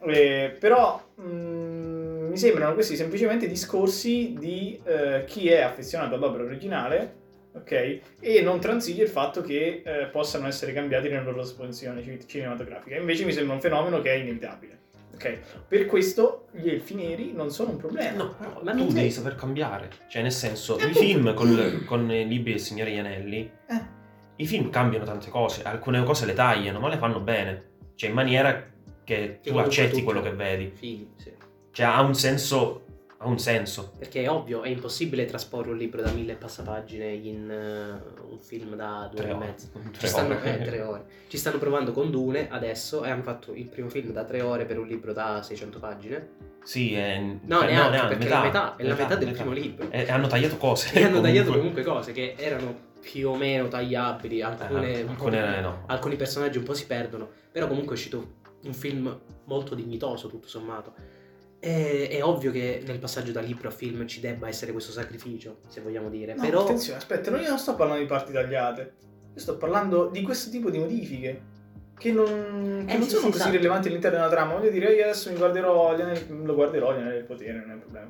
Speaker 2: Eh, però mm, mi sembrano questi semplicemente discorsi di eh, chi è affezionato all'opera originale, ok? E non transige il fatto che eh, possano essere cambiati nella loro esposizione ci- cinematografica. Invece mi sembra un fenomeno che è inevitabile. Ok, per questo gli elfi neri non sono un problema.
Speaker 3: No, però
Speaker 1: Ma
Speaker 3: tu
Speaker 1: non sei-
Speaker 3: devi saper cambiare. Cioè, nel senso,
Speaker 2: Eh,
Speaker 3: i
Speaker 2: appunto.
Speaker 3: film col- con i libri del Signore degli Anelli,
Speaker 2: Eh.
Speaker 3: i film cambiano tante cose. Alcune cose le tagliano, ma le fanno bene. Cioè, in maniera che tu
Speaker 1: comunque
Speaker 3: accetti
Speaker 1: tutto-
Speaker 3: quello che vedi.
Speaker 1: Fighi, sì.
Speaker 3: Cioè, ha un senso. Ha un senso.
Speaker 1: Perché è ovvio, è impossibile trasporre un libro da mille e passapagine in eh, un film da due
Speaker 3: Tre
Speaker 1: ore e
Speaker 3: ore.
Speaker 1: mezza. Ci
Speaker 3: Tre
Speaker 1: stanno,
Speaker 3: ore.
Speaker 1: eh, tre ore. Ci stanno provando con Dune adesso e hanno fatto il primo film da tre ore per un libro da 600 pagine.
Speaker 3: Sì, è...
Speaker 1: No, neanche, perché è la metà, è la metà del primo libro.
Speaker 3: E Eh, hanno tagliato cose.
Speaker 1: E hanno tagliato comunque
Speaker 3: comunque.
Speaker 1: cose che erano più o meno tagliabili, alcune,
Speaker 3: Eh,
Speaker 1: un po'
Speaker 3: alcune
Speaker 1: di-
Speaker 3: no.
Speaker 1: alcuni personaggi un po' si perdono, però comunque è uscito un film molto dignitoso tutto sommato. E- è ovvio che nel passaggio da libro a film ci debba essere questo sacrificio, se vogliamo dire,
Speaker 2: No,
Speaker 1: però
Speaker 2: attenzione, aspetta, non- io non sto parlando di parti tagliate, io sto parlando di questo tipo di modifiche che non, che
Speaker 1: Eh,
Speaker 2: non
Speaker 1: sì,
Speaker 2: sono
Speaker 1: sì,
Speaker 2: così
Speaker 1: esatto.
Speaker 2: rilevanti all'interno della trama. Voglio dire, io adesso mi guarderò, gli anelli- lo guarderò, gli anelli del potere, non è un problema.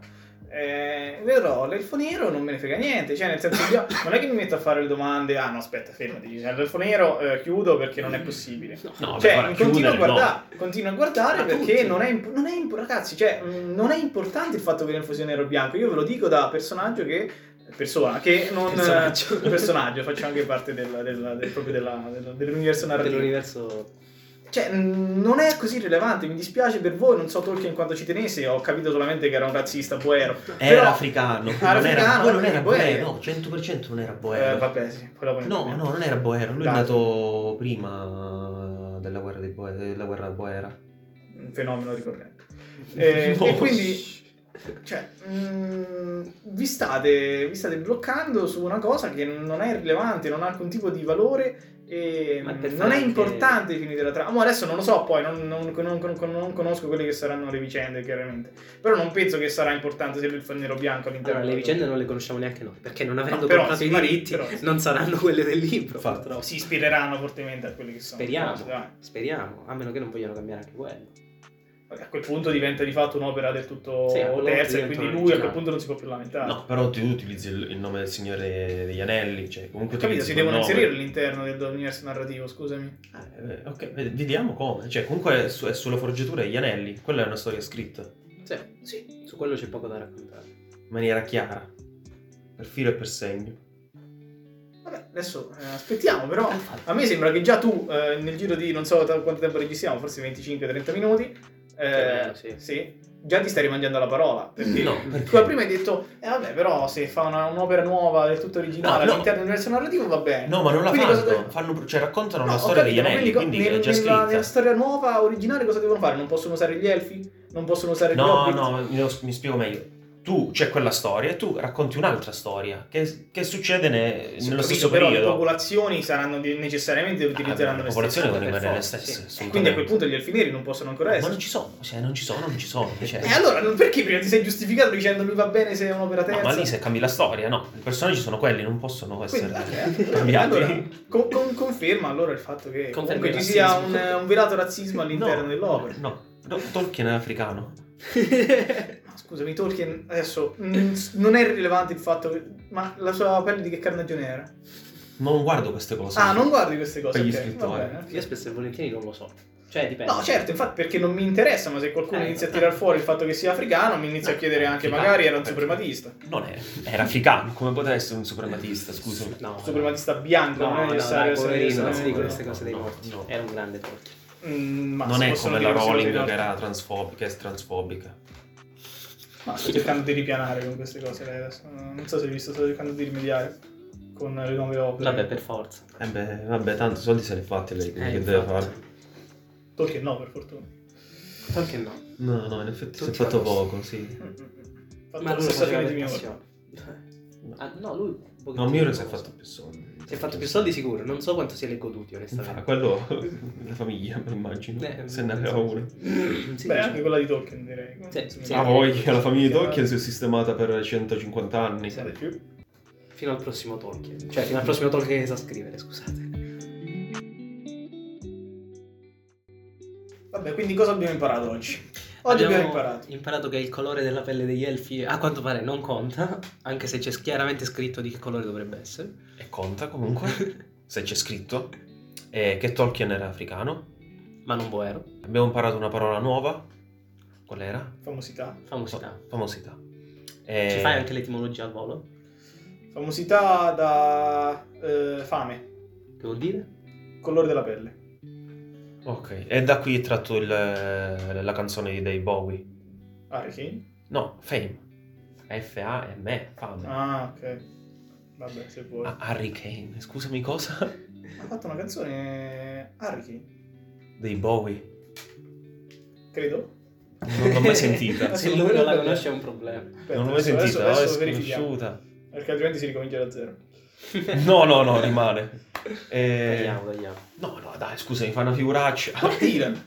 Speaker 2: Eh, vedrò l'elfo nero non me ne frega niente cioè nel senso io non è che mi metto a fare le domande ah no aspetta fermati cioè, l'elfo nero eh, chiudo perché non è possibile
Speaker 3: No,
Speaker 2: cioè,
Speaker 3: vabbè,
Speaker 2: continuo,
Speaker 3: chiudere,
Speaker 2: a
Speaker 3: no.
Speaker 2: guardare, continuo a guardare
Speaker 1: Ma
Speaker 2: perché
Speaker 1: tutti.
Speaker 2: non è, imp- mm, non è imp- ragazzi, cioè, mh, non è importante il fatto che l'elfo sia nero o bianco. Io ve lo dico da personaggio che persona che non
Speaker 1: Personaggio.
Speaker 2: personaggio, faccio anche parte della- della- del- proprio della- della- dell'universo narrativo
Speaker 1: dell'universo
Speaker 2: Cioè, mh, non è così rilevante, mi dispiace per voi, non so Tolkien quanto ci tenesse, ho capito solamente che era un razzista boero.
Speaker 3: Era
Speaker 2: Però-
Speaker 3: africano,
Speaker 2: Ah,
Speaker 3: non era,
Speaker 2: africano,
Speaker 3: poi non era
Speaker 2: boero.
Speaker 3: boero, no, 100% non era
Speaker 2: Eh,
Speaker 3: boero.
Speaker 2: vabbè, sì, poi la poi-
Speaker 3: No, no, non era boero, lui è
Speaker 2: Dai.
Speaker 3: nato prima della guerra, dei boe- della guerra boera. Boh.
Speaker 2: Un fenomeno ricorrente. Eh,
Speaker 3: No.
Speaker 2: E quindi, cioè, mh, vi, state, vi state bloccando su una cosa che non è rilevante, non ha alcun tipo di valore e
Speaker 1: Ma
Speaker 2: mh,
Speaker 1: per
Speaker 2: non
Speaker 1: fare
Speaker 2: è
Speaker 1: anche-
Speaker 2: importante finire la trama. Ma adesso non lo so, poi non, non- non- non- non conosco quelle che saranno le vicende, chiaramente. Però non penso che sarà importante se il fa nero bianco all'interno
Speaker 1: Allora, le
Speaker 2: della-
Speaker 1: vicende non le conosciamo neanche noi, perché non avendo
Speaker 2: No, però
Speaker 1: comprato
Speaker 2: si
Speaker 1: i
Speaker 2: pare-
Speaker 1: diritti
Speaker 2: però-
Speaker 1: non saranno quelle del libro,
Speaker 3: Infatti.
Speaker 1: purtroppo.
Speaker 2: si ispireranno fortemente a quelle che sono.
Speaker 1: Speriamo,
Speaker 2: Cose, dai.
Speaker 1: speriamo, a meno che non vogliano cambiare anche quello.
Speaker 2: Vabbè, a quel punto diventa di fatto un'opera del tutto
Speaker 1: Sì, a quel punto
Speaker 2: terza, e
Speaker 1: diventa
Speaker 2: quindi
Speaker 1: una
Speaker 2: lui a
Speaker 1: originale.
Speaker 2: quel punto non si può più lamentare.
Speaker 3: No, però tu utilizzi il, il nome del Signore degli Anelli, cioè comunque
Speaker 2: Capito,
Speaker 3: utilizzi
Speaker 2: si
Speaker 3: quel
Speaker 2: devono
Speaker 3: nome.
Speaker 2: inserire all'interno del- dell'universo narrativo, scusami.
Speaker 3: Eh, ok, ved- vediamo come. Cioè, comunque è, su- è sulla forgiatura degli anelli. Quella è una storia scritta in
Speaker 1: Sì,
Speaker 2: Sì.
Speaker 1: su quello c'è poco da raccontare.
Speaker 3: maniera chiara, per filo e per segno.
Speaker 2: Vabbè, adesso eh, aspettiamo, però a me sembra che già tu eh, nel giro di non so ta- quanto tempo registriamo, forse 25-30 minuti, eh,
Speaker 1: meno, sì.
Speaker 2: già ti stai rimangiando la parola. Perché
Speaker 3: No, perché?
Speaker 2: tu al prima hai detto, eh vabbè, però se fa una- un'opera nuova del tutto originale
Speaker 3: No, no.
Speaker 2: all'interno dell'universo narrativo va bene.
Speaker 3: No, ma non la
Speaker 2: Quindi
Speaker 3: fanno.
Speaker 2: cosa devi-
Speaker 3: fanno- cioè, raccontano
Speaker 2: No,
Speaker 3: la
Speaker 2: ho
Speaker 3: storia
Speaker 2: capito,
Speaker 3: degli
Speaker 2: ma
Speaker 3: anelli,
Speaker 2: co-
Speaker 3: quindi
Speaker 2: nel-
Speaker 3: è già
Speaker 2: nella,
Speaker 3: scritta.
Speaker 2: nella storia nuova originale cosa devono fare? Non possono usare gli elfi? Non possono usare gli
Speaker 3: No,
Speaker 2: hobbit?
Speaker 3: no, mi, mi spiego meglio. Tu c'è quella storia e tu racconti un'altra storia che, che succede ne-
Speaker 2: Sì, ho capito,
Speaker 3: nello stesso
Speaker 2: però
Speaker 3: periodo.
Speaker 2: le popolazioni saranno di- necessariamente
Speaker 3: Ah,
Speaker 2: utilizzeranno
Speaker 3: la
Speaker 2: le
Speaker 3: popolazione
Speaker 2: stesse
Speaker 3: deve rimanere le
Speaker 1: per forza,
Speaker 3: stesse.
Speaker 2: E quindi a quel punto gli elfi neri non possono ancora
Speaker 3: Ma
Speaker 2: essere.
Speaker 3: non ci sono, cioè, non ci sono, non ci sono. cioè.
Speaker 2: E Eh, allora non- perché prima ti sei giustificato dicendo mi va bene se è un'opera
Speaker 3: No,
Speaker 2: terza?
Speaker 3: ma lì se cambi la storia, no. I personaggi sono quelli, non possono essere
Speaker 2: Quindi, ok,
Speaker 3: cambiati.
Speaker 2: allora, con- con- conferma allora il fatto che
Speaker 1: Conferma
Speaker 2: comunque
Speaker 1: il
Speaker 2: ci sia un,
Speaker 1: razzismo.
Speaker 2: un velato razzismo all'interno
Speaker 3: No,
Speaker 2: dell'opera.
Speaker 3: No, no, Tolkien è africano.
Speaker 2: Ma scusami, Tolkien adesso mm, s- non è rilevante il fatto che... Ma la sua pelle di che carnagione era?
Speaker 3: Non guardo queste cose.
Speaker 2: Ah, non guardi queste cose.
Speaker 3: Per gli
Speaker 2: ok, va
Speaker 3: scrittori.
Speaker 2: bene, ok.
Speaker 1: Io spesso e volentieri non lo so. Cioè, dipende.
Speaker 2: No, certo, infatti perché non mi interessa, ma se qualcuno
Speaker 1: Eh, Eh.
Speaker 2: inizia a
Speaker 1: vabbè.
Speaker 2: tirar fuori il fatto che sia africano, mi inizia a chiedere anche
Speaker 3: Africano,
Speaker 2: magari era un
Speaker 3: perché?
Speaker 2: suprematista.
Speaker 3: Non è. Era africano, come poteva essere un suprematista, scusami.
Speaker 1: No,
Speaker 2: Un
Speaker 1: no.
Speaker 2: suprematista bianco,
Speaker 1: No,
Speaker 2: non è
Speaker 1: no,
Speaker 2: necessario
Speaker 1: dai, poverino, non si
Speaker 2: essere-
Speaker 1: dicono queste cose dei
Speaker 3: No,
Speaker 1: morti.
Speaker 3: no.
Speaker 1: Era un grande torto.
Speaker 2: Mm, ma
Speaker 3: non
Speaker 2: si
Speaker 3: è
Speaker 2: possono
Speaker 3: come
Speaker 2: dire
Speaker 3: la
Speaker 2: queste cose
Speaker 3: Rowling
Speaker 2: in
Speaker 3: che
Speaker 2: realtà.
Speaker 3: era transfobica, che è transfobica.
Speaker 2: Ma sto cercando di ripianare con queste cose lei adesso. Non so se hai visto, sto cercando di rimediare con le nuove opere.
Speaker 1: Vabbè, per forza.
Speaker 3: Eh beh, vabbè, tanto soldi se li è fatti lei, quindi
Speaker 1: Eh,
Speaker 3: che deve
Speaker 1: infatti.
Speaker 3: fare?
Speaker 2: Tolkien no, per fortuna.
Speaker 1: Anche no.
Speaker 3: No, no, in effetti si è
Speaker 1: Tutti
Speaker 3: fatto
Speaker 1: hanno-
Speaker 3: poco, sì.
Speaker 2: Fatto
Speaker 1: Ma
Speaker 2: la
Speaker 1: lui lo
Speaker 2: stessa
Speaker 1: faceva
Speaker 2: fine
Speaker 1: per
Speaker 2: di mio
Speaker 1: passione. Ah, no, lui... un pochettino
Speaker 3: No, Miro
Speaker 1: lo
Speaker 3: si è
Speaker 1: so.
Speaker 3: fatto più soldi.
Speaker 1: Si è fatto più soldi sicuro, non so quanto sia leggoduti, onestamente.
Speaker 3: Ah, quello la famiglia, mi immagino.
Speaker 1: Eh,
Speaker 3: se ne aveva uno.
Speaker 1: Sì,
Speaker 2: Beh, anche
Speaker 1: diciamo.
Speaker 2: quella di Tolkien direi.
Speaker 1: Sì,
Speaker 2: Sì,
Speaker 1: sì.
Speaker 3: Ah, voi, la famiglia di Tolkien si è sistemata per 150 anni.
Speaker 2: Sì, di più.
Speaker 1: Fino al prossimo Tolkien. Cioè, fino al prossimo Tolkien che sa scrivere, scusate.
Speaker 2: Vabbè, quindi cosa abbiamo imparato oggi? Oggi abbiamo imparato.
Speaker 1: che il colore della pelle degli elfi, a quanto pare, non conta. Anche se c'è chiaramente scritto di che colore dovrebbe essere.
Speaker 3: E conta comunque, se c'è scritto, eh, che Tolkien era africano.
Speaker 1: Ma non boero.
Speaker 3: Abbiamo imparato una parola nuova. Qual era?
Speaker 2: Famosità.
Speaker 1: Famosità.
Speaker 3: Famosità. Eh,
Speaker 1: Ci fai anche l'etimologia al volo?
Speaker 2: Famosità da eh, fame,
Speaker 1: Che vuol dire?
Speaker 2: colore della pelle.
Speaker 3: Ok, e da qui è tratto il, eh, la canzone dei Bowie.
Speaker 2: Hurricane?
Speaker 3: No, Fame. F-A-M-E, fame.
Speaker 2: Ah, ok. Vabbè, se vuoi.
Speaker 3: Ah, Harry Kane, scusami cosa?
Speaker 2: Ha fatto una canzone Hurricane,
Speaker 3: Dei Bowie.
Speaker 2: credo.
Speaker 3: Non l'ho mai sentita.
Speaker 1: Se lui non la conosce è un problema.
Speaker 2: Aspetta,
Speaker 3: Non l'ho mai
Speaker 2: adesso-
Speaker 3: sentita,
Speaker 2: adesso-
Speaker 3: oh, è
Speaker 2: adesso verifichiamo,
Speaker 3: sconosciuta.
Speaker 2: Perché altrimenti si ricomincia da zero.
Speaker 3: No, no, no, rimane. Eh,
Speaker 1: Tagliamo, tagliamo.
Speaker 3: no, no, dai, scusa, mi fa una figuraccia.
Speaker 2: Bob Dylan.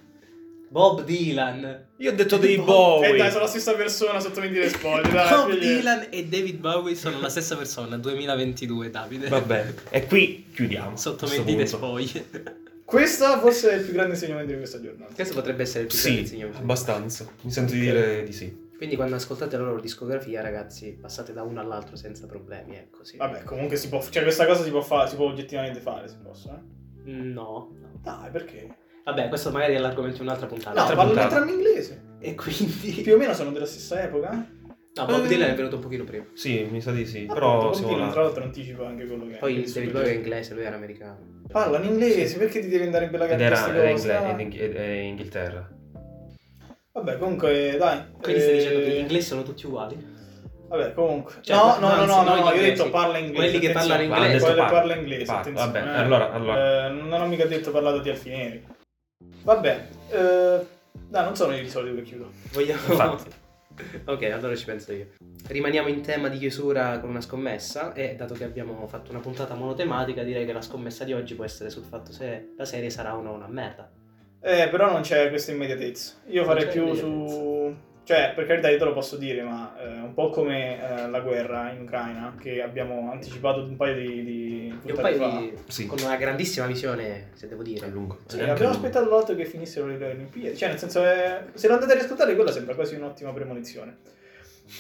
Speaker 1: Bob Dylan.
Speaker 3: Io ho detto dei
Speaker 2: Eh dai,
Speaker 3: Bowie.
Speaker 2: sono la stessa persona sotto mentire spoiler. Dai,
Speaker 1: Bob
Speaker 2: figli.
Speaker 1: Dylan e David Bowie sono la stessa persona, 2022, Davide.
Speaker 3: Vabbè, e qui chiudiamo.
Speaker 1: Sotto
Speaker 3: a questo
Speaker 1: mentite
Speaker 3: punto.
Speaker 1: spoglie.
Speaker 2: Questo forse è il più grande insegnamento di questa giornata.
Speaker 1: Questo potrebbe essere il più grande
Speaker 3: Sì,
Speaker 1: insegnamento.
Speaker 3: abbastanza. Mi sento di dire di sì.
Speaker 1: Quindi quando ascoltate la loro discografia, ragazzi, passate da uno all'altro senza problemi, ecco, è così.
Speaker 2: Vabbè, comunque si può. Cioè, questa cosa si può fare, si può oggettivamente fare, se posso, eh.
Speaker 1: No.
Speaker 2: Dai, perché?
Speaker 1: Vabbè, questo magari è l'argomento di un'altra puntata.
Speaker 2: No,
Speaker 3: Altra
Speaker 2: parlo un
Speaker 3: puntata.
Speaker 2: trama inglese.
Speaker 1: E quindi...
Speaker 2: Più o meno sono della stessa epoca. eh?
Speaker 1: No, Bob Dylan è venuto un pochino prima.
Speaker 3: Sì, mi sa di sì,
Speaker 2: Appunto,
Speaker 3: però
Speaker 2: Bob
Speaker 3: siamo
Speaker 2: Dylan,
Speaker 3: là.
Speaker 2: tra l'altro anticipa anche quello che
Speaker 1: Poi
Speaker 2: che
Speaker 1: il David
Speaker 2: succede.
Speaker 1: Bowie era inglese, lui era americano.
Speaker 2: Parla in inglese, perché ti devi andare in bella
Speaker 3: Ed
Speaker 2: carta
Speaker 3: era,
Speaker 2: sta
Speaker 3: era
Speaker 2: cosa?
Speaker 3: ingle- ed in- ed- è Inghilterra.
Speaker 2: Vabbè, comunque, dai.
Speaker 1: Quindi stai
Speaker 2: eh,
Speaker 1: dicendo che gli inglesi sono tutti uguali?
Speaker 2: Vabbè, comunque.
Speaker 1: Cioè,
Speaker 2: no, no, no,
Speaker 1: anzi,
Speaker 2: no, no,
Speaker 1: noi
Speaker 2: io ho
Speaker 1: inglesi.
Speaker 2: detto parla inglese.
Speaker 1: Quelli che parlano
Speaker 2: attenzione.
Speaker 3: Ah,
Speaker 1: inglese.
Speaker 2: Quello
Speaker 3: adesso parla-
Speaker 2: parla inglese,
Speaker 3: parla,
Speaker 2: attenzione.
Speaker 3: vabbè,
Speaker 2: Eh,
Speaker 3: allora, allora.
Speaker 2: eh, non ho mica detto parlato di alfineri. Vabbè, eh, dai, non sono io di solito che chiudo.
Speaker 1: Vogliamo...
Speaker 3: Infatti.
Speaker 1: Ok, allora ci penso io. Rimaniamo in tema di chiusura con una scommessa e dato che abbiamo fatto una puntata monotematica direi che la scommessa di oggi può essere sul fatto se la serie sarà o no una merda.
Speaker 2: Eh, però non c'è questa immediatezza. Io
Speaker 1: Non
Speaker 2: farei
Speaker 1: c'è
Speaker 2: più
Speaker 1: immediatezza.
Speaker 2: su... Cioè, per carità, io te lo posso dire, ma eh, un po' come eh, la guerra in Ucraina, che abbiamo anticipato un paio di... di
Speaker 1: Io
Speaker 2: puntate
Speaker 1: poi
Speaker 2: fa.
Speaker 3: Sì,
Speaker 1: con una grandissima visione, se devo
Speaker 3: è
Speaker 1: dire.
Speaker 3: lungo.
Speaker 2: Sì,
Speaker 3: È anche
Speaker 2: abbiamo
Speaker 3: lungo.
Speaker 2: aspettato Cioè, l'altro che finissero le Olimpiadi. Cioè, nel senso, eh, se lo andate a riascoltare, quella sembra quasi un'ottima premonizione.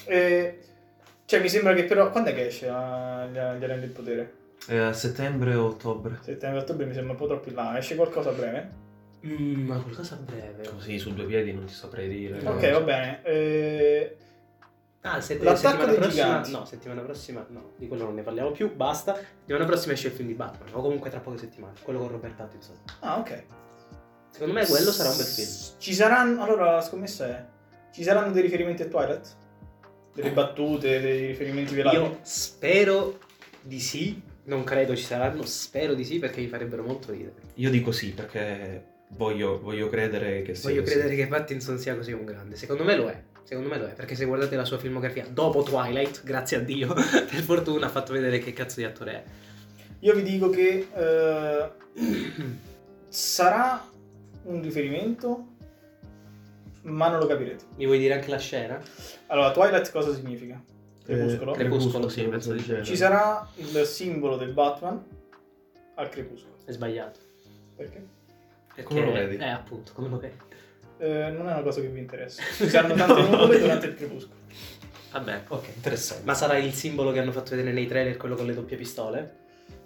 Speaker 2: E, cioè, mi sembra che però... Quando è che esce ah, gli gli Anelli del Potere?
Speaker 3: Eh, a settembre o ottobre.
Speaker 2: Settembre-ottobre mi sembra un po' troppo in là. Esce qualcosa a breve?
Speaker 1: Mm, ma qualcosa a breve.
Speaker 3: Così su due piedi non ti saprei dire.
Speaker 2: Ok, va bene. Eh,
Speaker 1: Ah, se-
Speaker 2: L'attacco
Speaker 1: settimana
Speaker 2: dei
Speaker 1: prossima.
Speaker 2: giganti.
Speaker 1: No, settimana prossima no, di quello non ne parliamo più, basta. Settimana prossima esce il film di Batman, o comunque tra poche settimane, quello con Robert Pattinson.
Speaker 2: ah, ok.
Speaker 1: Secondo me Eh, quello sarà un bel film.
Speaker 2: Ci saranno... Allora, la scommessa è... Ci saranno dei riferimenti a Twilight? Delle battute, dei riferimenti velati?
Speaker 1: Io spero di sì, non credo ci saranno, spero di sì perché mi farebbero molto ridere.
Speaker 3: Io dico sì perché voglio, voglio credere che sia.
Speaker 1: Voglio
Speaker 3: così.
Speaker 1: credere che Pattinson sia così un grande, secondo me lo è. Secondo me lo è, perché se guardate la sua filmografia dopo Twilight, grazie a Dio, per fortuna ha fatto vedere che cazzo di attore
Speaker 2: Io vi dico che... eh,
Speaker 1: è.
Speaker 2: sarà un riferimento, ma non lo capirete.
Speaker 1: Mi vuoi dire anche la scena?
Speaker 2: Allora, Twilight cosa significa? Crepuscolo.
Speaker 1: cre- Eh, Crepuscolo, sì,
Speaker 3: una
Speaker 1: penso
Speaker 3: cosa
Speaker 1: di
Speaker 3: del
Speaker 1: sì.
Speaker 3: genere.
Speaker 2: Ci sarà il simbolo del Batman al crepuscolo.
Speaker 1: È sbagliato.
Speaker 2: Perché?
Speaker 1: Perché-
Speaker 3: Come lo vedi?
Speaker 1: Eh, appunto, come lo vedi?
Speaker 2: Eh, non è una cosa che vi interessa. Ci saranno tante nuvole durante il crepuscolo.
Speaker 1: Vabbè.
Speaker 3: Ok, interessante.
Speaker 1: Ma sarà il simbolo che hanno fatto vedere nei trailer, quello con le doppie pistole?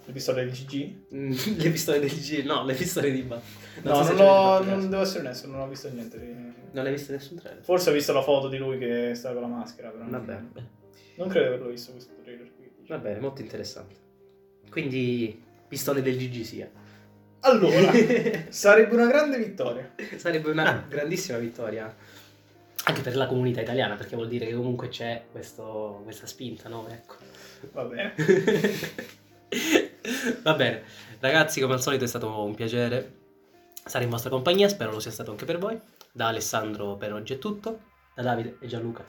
Speaker 2: Le pistole di GG?
Speaker 1: Mm, le pistole del G, no, le pistole di Batman.
Speaker 2: No,
Speaker 1: so se
Speaker 2: non,
Speaker 1: ci avete
Speaker 2: l'ho,
Speaker 1: fatto
Speaker 2: non
Speaker 1: caso.
Speaker 2: devo essere onesto, non ho visto niente. di-
Speaker 1: Non hai visto nessun trailer?
Speaker 2: Forse ho visto la foto di lui che sta con la maschera, però non-
Speaker 1: Vabbè,
Speaker 2: non credo di averlo visto questo trailer qui.
Speaker 1: vabbè, molto interessante. Quindi, pistole del GG sia.
Speaker 2: Allora,
Speaker 1: Esatto.
Speaker 2: sarebbe una grande vittoria.
Speaker 1: Sarebbe una grandissima vittoria anche per la comunità italiana, perché vuol dire che comunque c'è questo- questa spinta, no? Ecco.
Speaker 2: Va bene.
Speaker 1: Va bene, ragazzi, come al solito è stato un piacere stare in vostra compagnia, spero lo sia stato anche per voi. Da Alessandro per oggi è tutto, da Davide e Gianluca.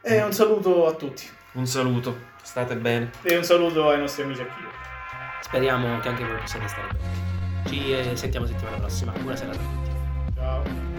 Speaker 2: E un saluto a tutti.
Speaker 3: Un saluto, state bene.
Speaker 2: E un saluto ai nostri amici a Chievo.
Speaker 1: Speriamo che anche voi possiate stare bene. Ci eh, sentiamo settimana prossima. Buona serata a tutti.
Speaker 2: Ciao.